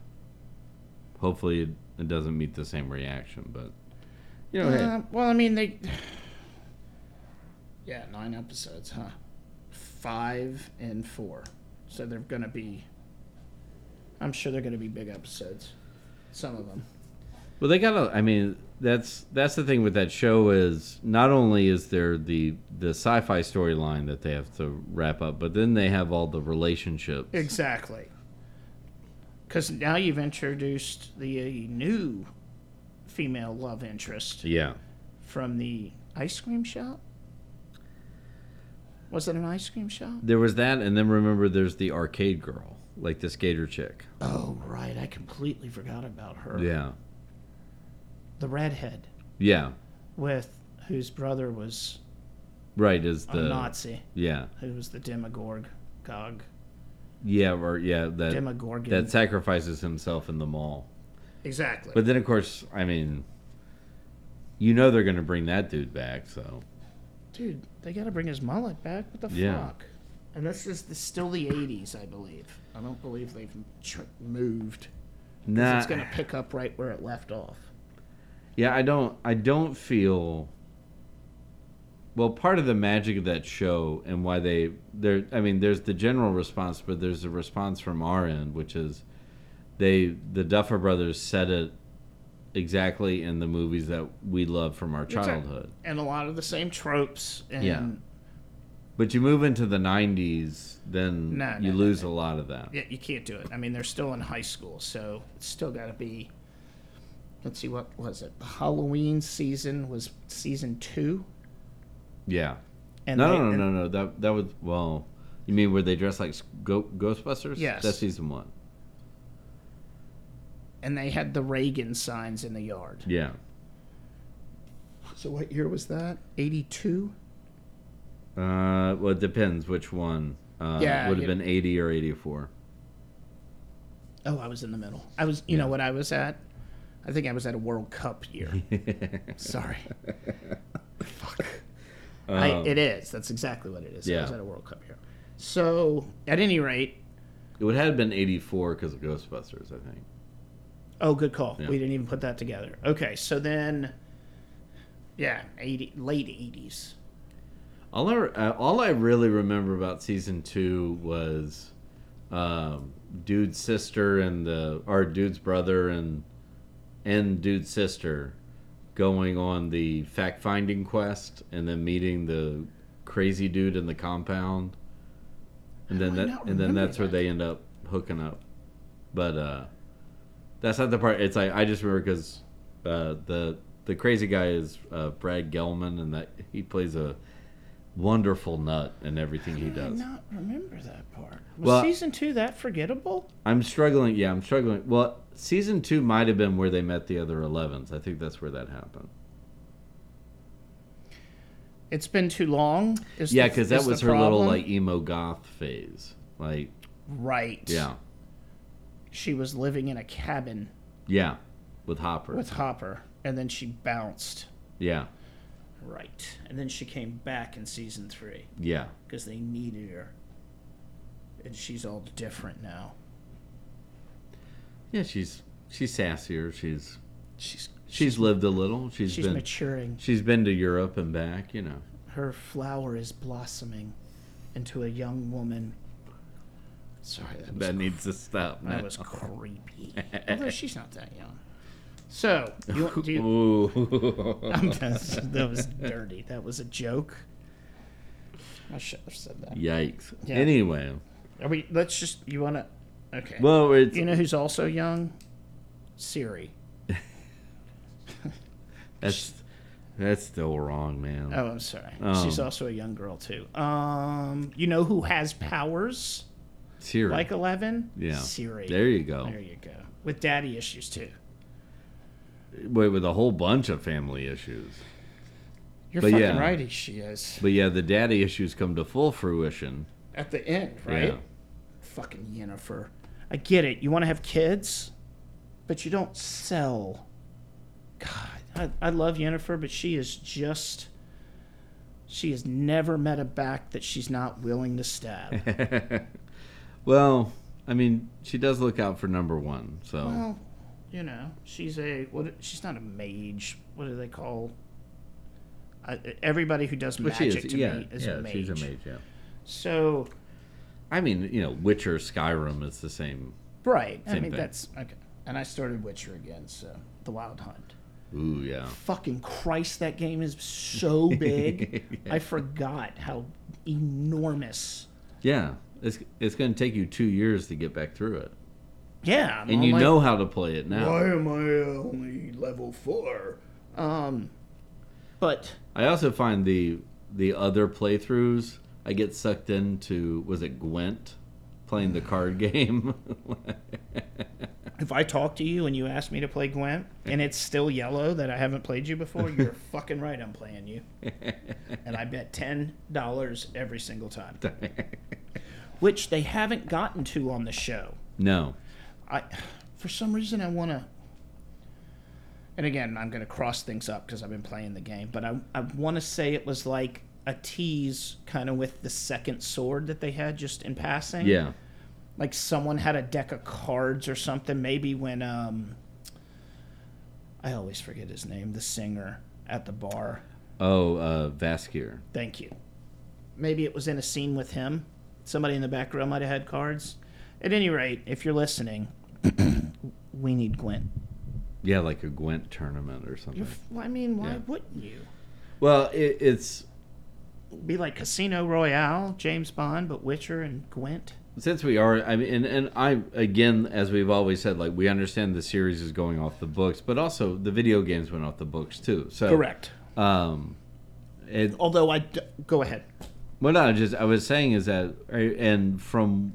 Hopefully it, it doesn't meet the same reaction, but you know, hey,
Uh, well, I mean they. [sighs] Yeah, nine episodes, huh? Five and four, so they're gonna be. I'm sure they're gonna be big episodes, some of [laughs] them.
well they got to I mean, that's that's the thing with that show is not only is there the the sci-fi storyline that they have to wrap up, but then they have all the relationships.
Exactly. Because now you've introduced the uh, new female love interest
Yeah.
from the ice cream shop. Was it an ice cream shop?
There was that, and then remember, there's the arcade girl, like the skater chick.
Oh, right. I completely forgot about her.
Yeah.
The redhead
Yeah.
with whose brother was
Right. Is
a
the
Nazi,
yeah
who was the Demogorg, Gog,
yeah or yeah that
Demogorgon.
that sacrifices himself in the mall.
exactly.
But then, of course, I mean, you know they're going to bring that dude back. So
Dude, they got to bring his mullet back. What the
Yeah.
fuck? And this is the, still the 80s, I believe. I don't believe they've tr- moved. 'Cause
nah,
It's going to pick up right where it left off.
yeah, I don't, I don't feel. Well, part of the magic of that show and why they there, I mean, there's the general response, but there's a response from our end, which is they the Duffer Brothers said it exactly in the movies that we love from our
Exact-
childhood.
And a lot of the same tropes. And
Yeah. But you move into the '90s, then
No,
you
no, no,
lose a lot of that.
Yeah, you can't do it. I mean, they're still in high school, so it's still got to be. Let's see, what was it? The Halloween season was season two.
yeah.
And
No,
they-
no, no,
and-
no, no. That that was well. You mean where they dress like s- go, Ghostbusters?
Yes.
that's season one.
And they had the Reagan signs in the yard.
Yeah.
So what year was that? 82?
Uh, well, it depends which one. Uh,
Yeah,
would have
you-
been eighty or eighty-four. [laughs]
Oh, I was in the middle. I was, you know what I was at? I think I was at a World Cup
[laughs]
year. Sorry. Fuck. I,
Um,
it is. That's exactly what it is. I was
yeah.
at a World Cup year. So, at any rate,
It would have been eighty-four because of Ghostbusters, I think.
Oh, good call.
Yeah.
We didn't even put that together. Okay, so then, yeah, eighty late eighties.
All I re- uh, all I really remember about season two was, um, dude's sister and the or dude's brother and and dude's sister going on the fact finding quest and then meeting the crazy dude in the compound, and
How
then
do I
that
not
and then
remember
that's where
that?
they end up hooking up, but uh, that's not the part. It's like I just remember because uh, the the crazy guy is uh, Brad Gelman and that he plays a wonderful nut in everything he
I do
does.
not remember that part. Was
Well-
season two that forgettable?
I'm struggling. Yeah, I'm struggling. Well, season two might have been where they met the other 11s. I think that's where that happened.
It's been too long. Is
Yeah,
the-
because that
is the
was her little
problem?
like emo goth phase. Like,
right.
yeah,
she was living in a cabin
yeah, with Hopper.
with Hopper, and then she bounced.
yeah,
Right, and then she came back in season three
yeah.
because they needed her, and she's all different now.
Yeah, she's she's sassier. She's
She's
she's lived a little.
she's
been
maturing.
she's been to Europe and back. You know.
her flower is blossoming into a young woman. Sorry, that was,
That needs to stop.
that
now.
was [laughs] creepy. Although she's not that young. So, you, want- do you, [laughs]
Ooh. [laughs]
I'm just- that was dirty. That was a joke. I should have said that.
Yikes.
Yeah.
Anyway,
Are we? Let's just. You want to? Okay.
well, it's
you know who's also young? Siri.
that's that's still wrong, man.
Oh, I'm sorry.
Oh.
She's also a young girl too. Um, you know who has powers
Siri.
like Eleven?
yeah.
Siri.
There you go.
There you go. With daddy issues too.
Wait, with a whole bunch of family issues.
You're
But
fucking
yeah.
right. She is
But yeah, the daddy issues come to full fruition. [laughs]
at the end, right?
Yeah.
Fucking Yennefer. I get it. You want to have kids, but you don't sell. God, I, I love Yennefer, but she is just. She has never met a back that she's not willing
[laughs]
to stab.
well, I mean, she does look out for number one. So
well, you know, she's a what? She's not a mage. What do they call? I everybody who does
But
magic to me is
yeah,
a mage.
she's a mage. Yeah.
So
I mean, you know, Witcher, Skyrim, it's the same.
Right. I
Same
mean,
thing.
that's okay. And I started Witcher again, so The Wild Hunt.
Ooh, yeah.
Fucking Christ, that game is
[laughs]
so big. I forgot how enormous.
Yeah, it's it's going to take you two years to get back through it.
yeah, I'm
And
all
you
like,
know how to play it now.
why am I only level four? Um, but
I also find the the other playthroughs I get sucked into was it Gwent playing the card game. [laughs]
if I talk to you and you ask me to play Gwent and it's still yellow that I haven't played you
[laughs]
before, you're fucking right. I'm playing you, and I bet ten dollars every single time, which they haven't gotten to on the show.
no.
I, for some reason, I want to. And again, I'm going to cross things up because I've been playing the game, but I, I want to say it was like a tease, kind of with the second sword that they had just in passing.
Yeah.
Like someone had a deck of cards or something. Maybe when um, I always forget his name, the singer at the bar.
Oh, uh Vaskier.
Thank you. Maybe it was in a scene with him. Somebody in the back row might have had cards. At any rate, if you're listening, [clears throat] we need Gwent.
Yeah, like a Gwent tournament or something.
Well, I mean, why
Yeah.
wouldn't you?
Well, it, it's
Be like Casino Royale, James Bond, but Witcher and Gwent.
since we are i mean and, and i again as we've always said like we understand the series is going off the books but also the video games went off the books too so um it,
Although I d- go ahead.
well no just i was saying is that and from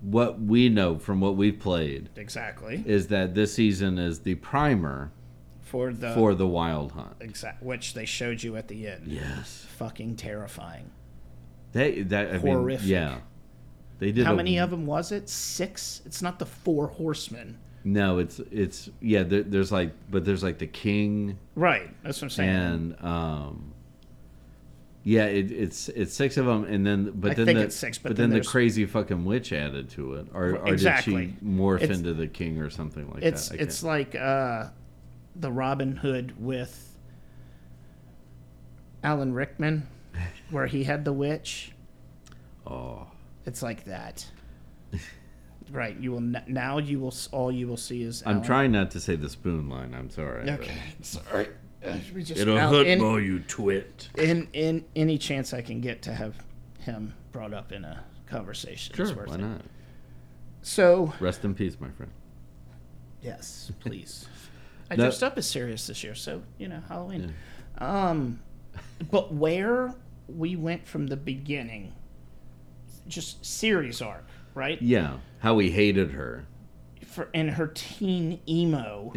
what we know from what we've played
Exactly.
is that this season is the primer
For the
for the wild hunt
exact which they showed you at the end.
yes
Fucking terrifying.
they that I
Horrific.
mean, yeah they did
How
a-
many of them was it? Six. It's not the four horsemen.
no it's it's yeah there, there's like but there's like the king
Right. That's what I'm saying.
and um, yeah, it, it's it's six of them, and then but
I
then
think
the,
it's six, but
then,
then
the
there's-
crazy fucking witch added to it, or, or
Exactly.
did she morph
It's-
into the king or something like
it's
that? I
it's
can't-
like uh, the Robin Hood with Alan Rickman, where he had the witch.
oh
It's like that. right. You will n- now. You will s- all you will see is.
I'm
Alan-
trying not to say the spoon line. I'm sorry. but-
Okay. Sorry. Uh, we just-
It'll
Al-
hurt
in,
more, you twit.
in in any chance I can get to have him brought up in a conversation.
Sure,
it's worth
why
it.
not?
So
Rest in peace, my friend. [laughs]
yes, please. I
No.
dressed up as serious this year, so you know Halloween.
[laughs]
Um, but where we went from the beginning, just series arc, right?
Yeah, how we hated her.
for and her teen
[laughs]
emo,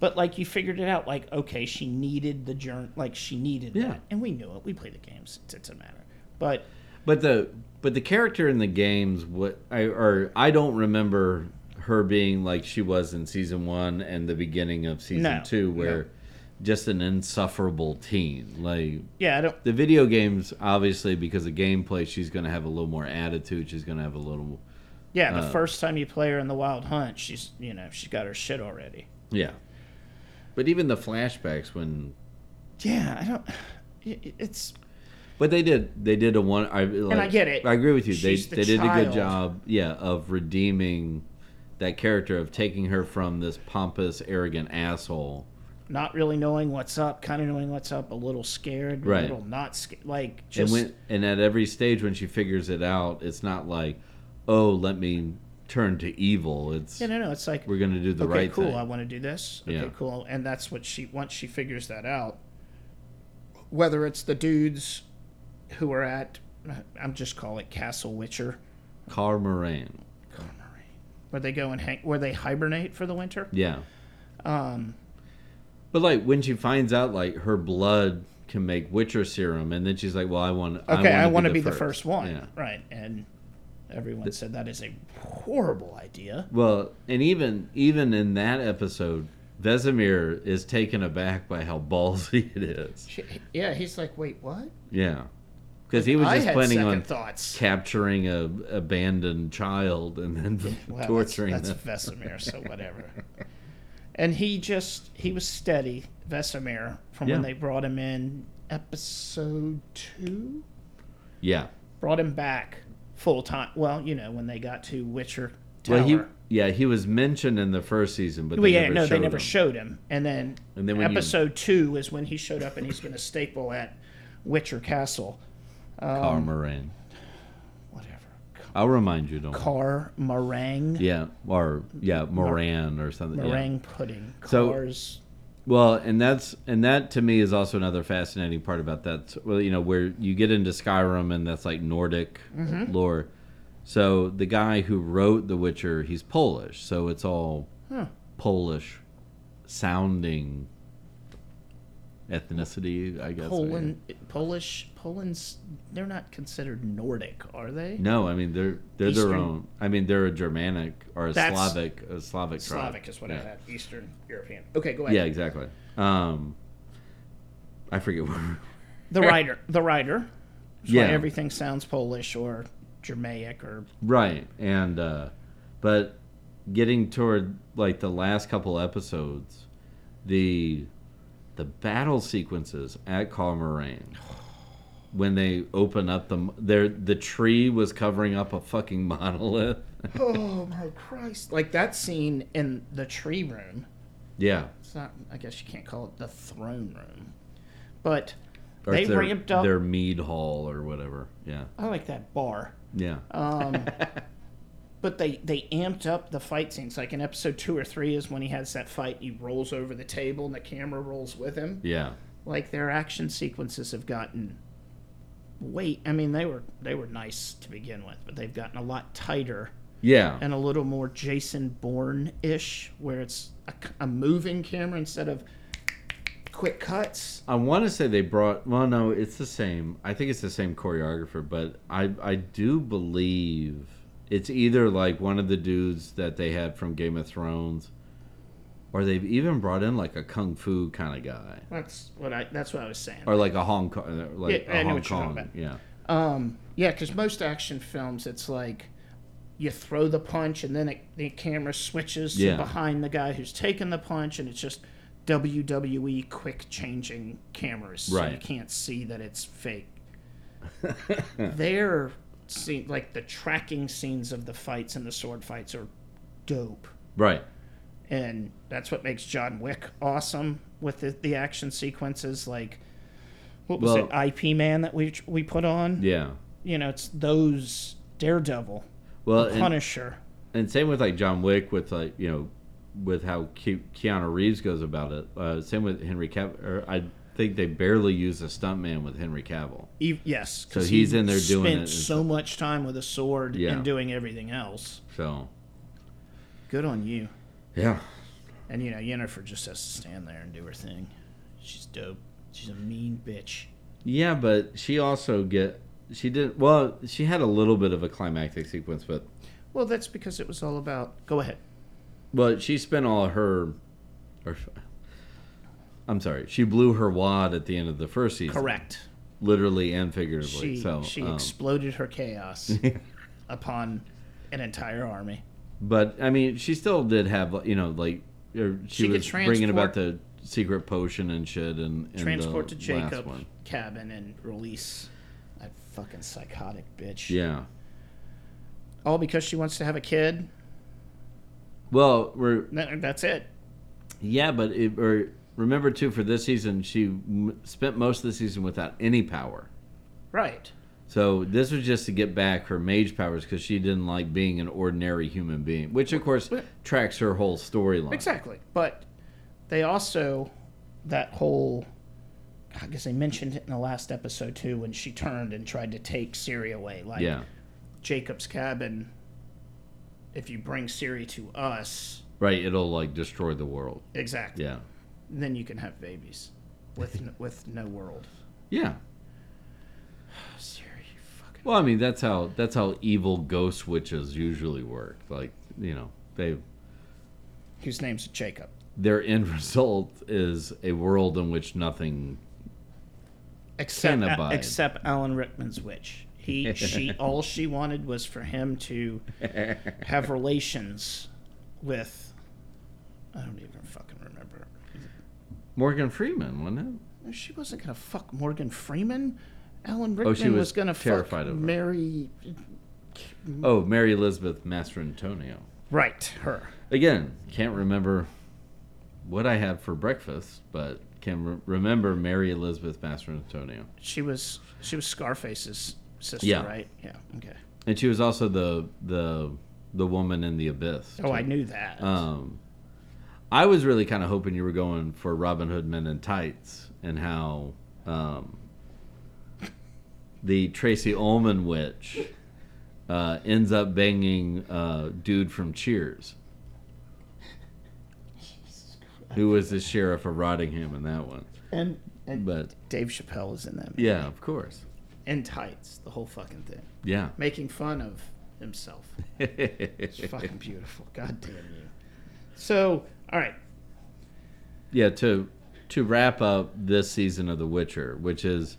but like you figured it out. Like okay, she needed the journey. Like she needed
Yeah.
that, and we knew it. We play the games. It doesn't matter. But
But the but the character in the games, what I or I don't remember her being like she was in season one and the beginning of season
No,
two,
no.
where just an insufferable teen. Like
yeah, I don't.
the video games, obviously, because of gameplay, she's going to have a little more attitude. She's going to have a little,
Yeah,
Uh.
the first time you play her in the Wild Hunt, she's you know she got her shit already.
yeah. But even the flashbacks when,
Yeah, I don't. [sighs] it- it- It's
but they did they did a one. I like,
I get it.
I agree with you.
She's
they
the
they did a good
child.
job, yeah, of redeeming that character of taking her from this pompous, arrogant asshole.
not really knowing what's up, kind of knowing what's up, a little scared,
Right.
a little not scared. Like just
and when and at every stage when she figures it out, it's not like, oh, let me turn to evil. It's
yeah, no, no. It's like
we're gonna do the
okay,
right
cool.
thing.
I want to do this. Okay,
Yeah.
cool. And that's what she once she figures that out. Whether it's the dudes who are at, I'm just call it Castle Witcher,
Car Moraine.
where they go and hang, where they hibernate for the winter.
Yeah. Um. But like when she finds out, like her blood can make Witcher serum, and then she's like, "Well, I want.
Okay, I
want to
be, the first one,
Yeah.
right? And everyone said that is a horrible idea.
Well, and even even in that episode, Vesemir is taken aback by how ballsy [laughs] it is.
Yeah, he's like, wait, what?
Yeah. Because he was
I
just
had
planning
second
on
thoughts.
capturing a abandoned child and then
Well,
torturing
that's,
them.
that's Vesemir, so
[laughs]
whatever. and he just he was steady, Vesemir, from
Yeah.
when they brought him in episode two.
Yeah.
Brought him back full time. Well, you know when they got to Witcher Tower.
Well, he yeah he was mentioned in the first season, but
Well,
they
yeah,
never
no, they
showed
never
him.
showed him. And then,
And then when you-
episode two is when he showed up and he's going to staple at Witcher Castle.
Carl Moraine.
Whatever. God,
I'll remind you. Don't.
car meringue,
Yeah, or yeah, Moran or something. yeah.
meringue pudding,
So-
cars.
Well, and that's and that to me is also another fascinating part about that. Well, you know, where you get into Skyrim and that's like Nordic
Mm-hmm.
lore. So the guy who wrote The Witcher, he's Polish, so it's all
Huh.
Polish sounding ethnicity, I guess.
Poland, Polish, Poland's. They're not considered Nordic, are they?
No, I mean they're they're
Eastern-
their own. I mean they're a Germanic or a
That's-
Slavic a Slavic tribe.
Slavic is what I
Yeah.
had. Eastern European. Okay, go ahead.
Yeah, exactly. Um, I forget [laughs] where.
The writer. The writer. That's
Yeah.
Why everything sounds Polish or
[laughs]
Germanic or
Right, and uh, but getting toward like the last couple episodes, the the battle sequences at Call Moraine [sighs] when they open up the their the tree was covering up a fucking [laughs] monolith.
Oh my Christ! Like that scene in the tree room.
yeah,
It's not. I guess you can't call it the throne room, but
or
they
it's their,
ramped up.
their mead hall or whatever. Yeah,
I like that bar.
yeah,
Um, but they they amped up the fight scenes. Like in episode two or three is when he has that fight. He rolls over the table and the camera rolls with him.
yeah.
Like their action sequences have gotten. Wait, I mean they were they were nice to begin with, but they've gotten a lot tighter
Yeah,
and a little more Jason Bourne ish, where it's a, c- a moving camera instead of quick cuts.
I want to say they brought. Well, no, it's the same. I think it's the same choreographer, but I I do believe it's either like one of the dudes that they had from Game of Thrones, or they've even brought in like a kung fu kind of guy,
That's what I. That's what I was saying.
or like a Hong Kong, uh, like
Yeah, I
a
know
Hong
what you're talking
Kong.
about.
Yeah,
Um, yeah, because most action films, it's like you throw the punch and then it, the camera switches
Yeah.
to behind the guy who's taking the punch, and it's just WWE quick changing cameras, so you
Right.
can't see that
[laughs]
it's fake. Their scene, like the tracking scenes of the fights and the sword fights, are dope.
right.
and that's what makes John Wick awesome with the, the action sequences. Like, what was
Well-
it, IP Man that we we put on?
Yeah.
You know, it's those Daredevil,
Well, and,
Punisher.
and same with like John Wick with like you know, with how Ke- Keanu Reeves goes about it. Uh, same with Henry Cavill. Or I think they barely use a stuntman with Henry Cavill.
E yes, 'cause
So he's
he
in there doing
spent
it.
so much time with a sword
Yeah.
and doing everything else.
So
Good on you.
yeah.
And you know, Yennefer just has to stand there and do her thing. She's dope. She's a mean bitch.
Yeah, but she also get she did well. She had a little bit of a climactic sequence, but
Well, that's because it was all about. Go ahead.
well, she spent all her, or I'm sorry, she blew her wad at the end of the first season,
Correct.
Literally and figuratively.
She,
so,
she
um,
exploded
[laughs]
her chaos upon an entire army.
but I mean, she still did have you know like er, she,
She could
was bringing about the
transport-
secret potion and shit and, and the
Transport to
last
Jacob
one.
cabin and release that fucking psychotic bitch.
Yeah.
All because she wants to have a kid.
Well, we're
That- That's it.
Yeah, but it, or remember too for this season, she m- spent most of the season without any power.
Right.
So this was just to get back her mage powers because she didn't like being an ordinary human being, which of course tracks her whole storyline.
Exactly. But they also that whole I guess I mentioned it in the last episode too when she turned and tried to take Siri away. Like
Yeah,
Jacob's cabin if you bring Siri to us
right. It'll like destroy the world.
exactly.
Yeah,
then you can have babies with n- with no world. [sighs]
yeah.
Siri, you fucking.
Well, I mean that's how that's how evil ghost witches usually work. Like you know they
Whose name's Jacob?
their end [laughs] result is a world in which nothing.
Except
Can abide.
except Alan Rickman's witch. He
[laughs]
she all she wanted was for him to have relations with. I don't even fucking remember.
Morgan Freeman, wasn't it?
No, She wasn't gonna fuck Morgan Freeman. Alan Rickman
Oh, she was
was, gonna
terrified
fuck
of her.
Mary.
Oh, Mary Elizabeth Master Antonio.
Right, her.
Again, can't remember what I had for breakfast, but can re- remember Mary Elizabeth Master Antonio.
She was she was Scarface's sister,
Yeah.
right? Yeah. Okay.
And she was also the the the woman in the abyss.
Oh, I knew that.
Um, I was really kind of hoping you were going for Robin Hood Men in Tights and how um, the Tracy Ullman witch uh, ends up banging uh, dude from Cheers, who was the sheriff of Rottingham in that one.
and and
But
Dave Chappelle is in them.
yeah, of course,
In tights, the whole fucking thing.
yeah.
Making fun of himself. It's fucking beautiful. God damn you. So, all right.
[laughs] yeah to to wrap up this season of the witcher which is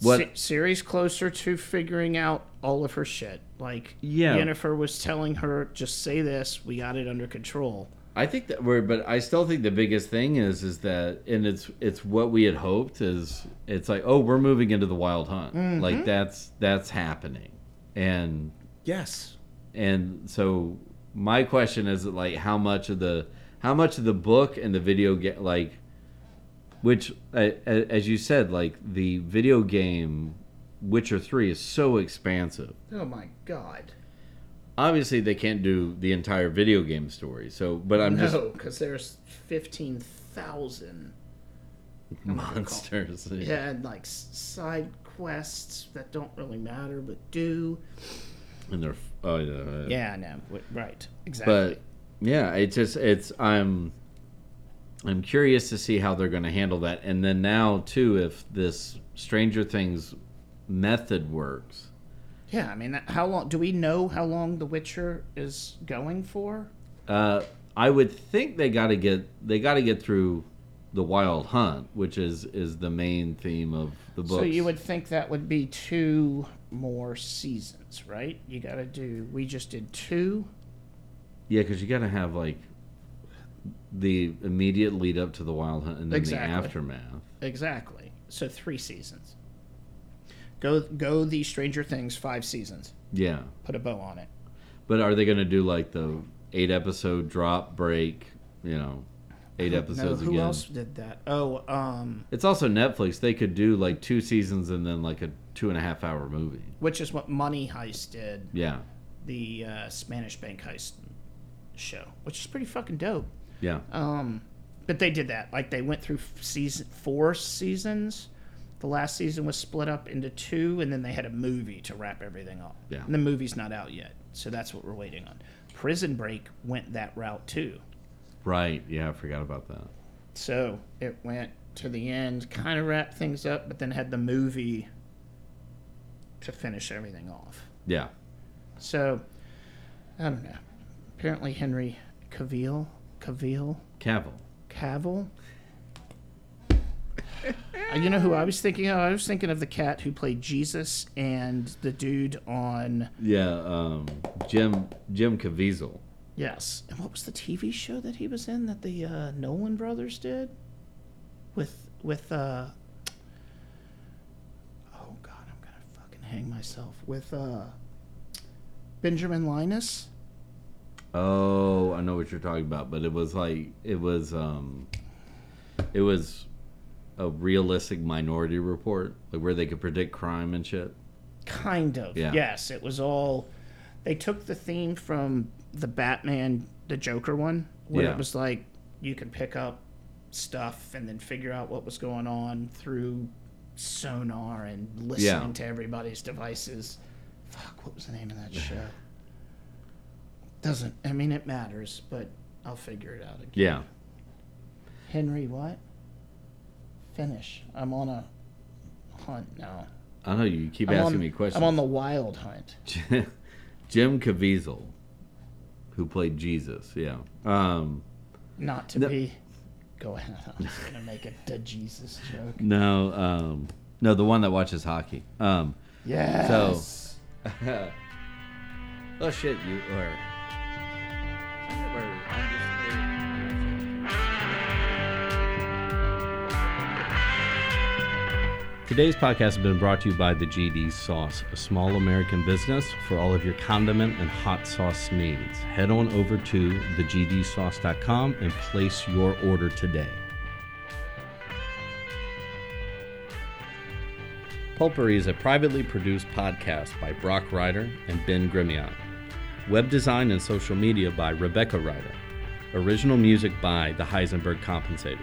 what
Se- series closer to figuring out all of her shit. Like,
Yeah.
Yennefer was telling her, just say this, we got it under control.
i think that we're but i still think the biggest thing is is that and it's it's what we had hoped is it's like oh we're moving into the wild hunt like that's that's happening and
Yes.
and so my question is like how much of the how much of the book and the video get like which a- a- as you said like the video game witcher 3 is so expansive
Oh my god.
obviously they can't do the entire video game story so but i'm just
No, because there's 15,000.
[laughs] monsters
Yeah, and like s- side quests that don't really matter but do.
and they're f- oh yeah,
Yeah, I know. W- Right. Exactly.
but yeah it's just it's i'm i'm curious to see how they're going to handle that and then now too if this stranger things method works
yeah, I mean, that- how long do we know how long The Witcher is going for?
uh i would think they got to get they got to get through the wild hunt which is is the main theme of the book
So you would think that would be two more seasons, right? You got to do. We just did two.
Yeah, because you got to have like the immediate lead up to the wild hunt and then
Exactly.
the aftermath.
Exactly. So three seasons. Go go the Stranger Things five seasons.
Yeah,
Put a bow on it.
but are they going to do like the eight episode drop break? You know, eight episodes
no, who
again.
else did that? Oh, um,
It's also Netflix. They could do like two seasons and then like a two and a half hour movie.
which is what Money Heist did,
Yeah,
the uh, Spanish bank heist show, which is pretty fucking dope.
yeah,
Um, but they did that. Like they went through f- season four seasons. The last season was split up into two, and then they had a movie to wrap everything up.
Yeah.
And the movie's not out yet, so that's what we're waiting on. Prison Break went that route too.
right. Yeah, I forgot about that.
So it went to the end, kind of wrapped things up, but then had the movie to finish everything off.
Yeah,
So I don't know. Apparently Henry Cavill, Cavill,
Cavill.
Cavill. Uh, you know who I was thinking of? I was thinking of the cat who played Jesus and the dude on
Yeah, um, Jim Jim Caviezel.
yes. And what was the TV show that he was in that the uh, Nolan brothers did with with uh oh god, I'm gonna fucking hang myself with uh Benjamin Linus.
Oh, I know what you're talking about, but it was like it was um it was a realistic minority report, like where they could predict crime and shit.
Kind of.
Yeah.
Yes, it was all. They took the theme from the Batman, the Joker one, where
Yeah.
it was like you could pick up stuff and then figure out what was going on through sonar and listening
Yeah.
to everybody's devices. Fuck, what was the name of
[sighs]
that show? Doesn't. I mean, it matters, but I'll figure it out again.
Yeah.
Henry, what? Finish. I'm on a hunt now.
I know you keep
I'm
asking
on-
me questions.
I'm on the wild hunt.
Jim Caviezel, who played Jesus, yeah. Um
not to
No.
be. Go ahead. I'm just gonna make a da Jesus joke.
no, um no, the one that watches hockey. Um
Yes.
oh [laughs] shit, you are Today's podcast has been brought to you by the GD Sauce, a small American business for all of your condiment and hot sauce needs. Head on over to thegdsauce.com and place your order today. Pulpery is a privately produced podcast by Brock Ryder and Ben Grimion. Web design and social media by Rebecca Ryder. Original music by The Heisenberg Compensator.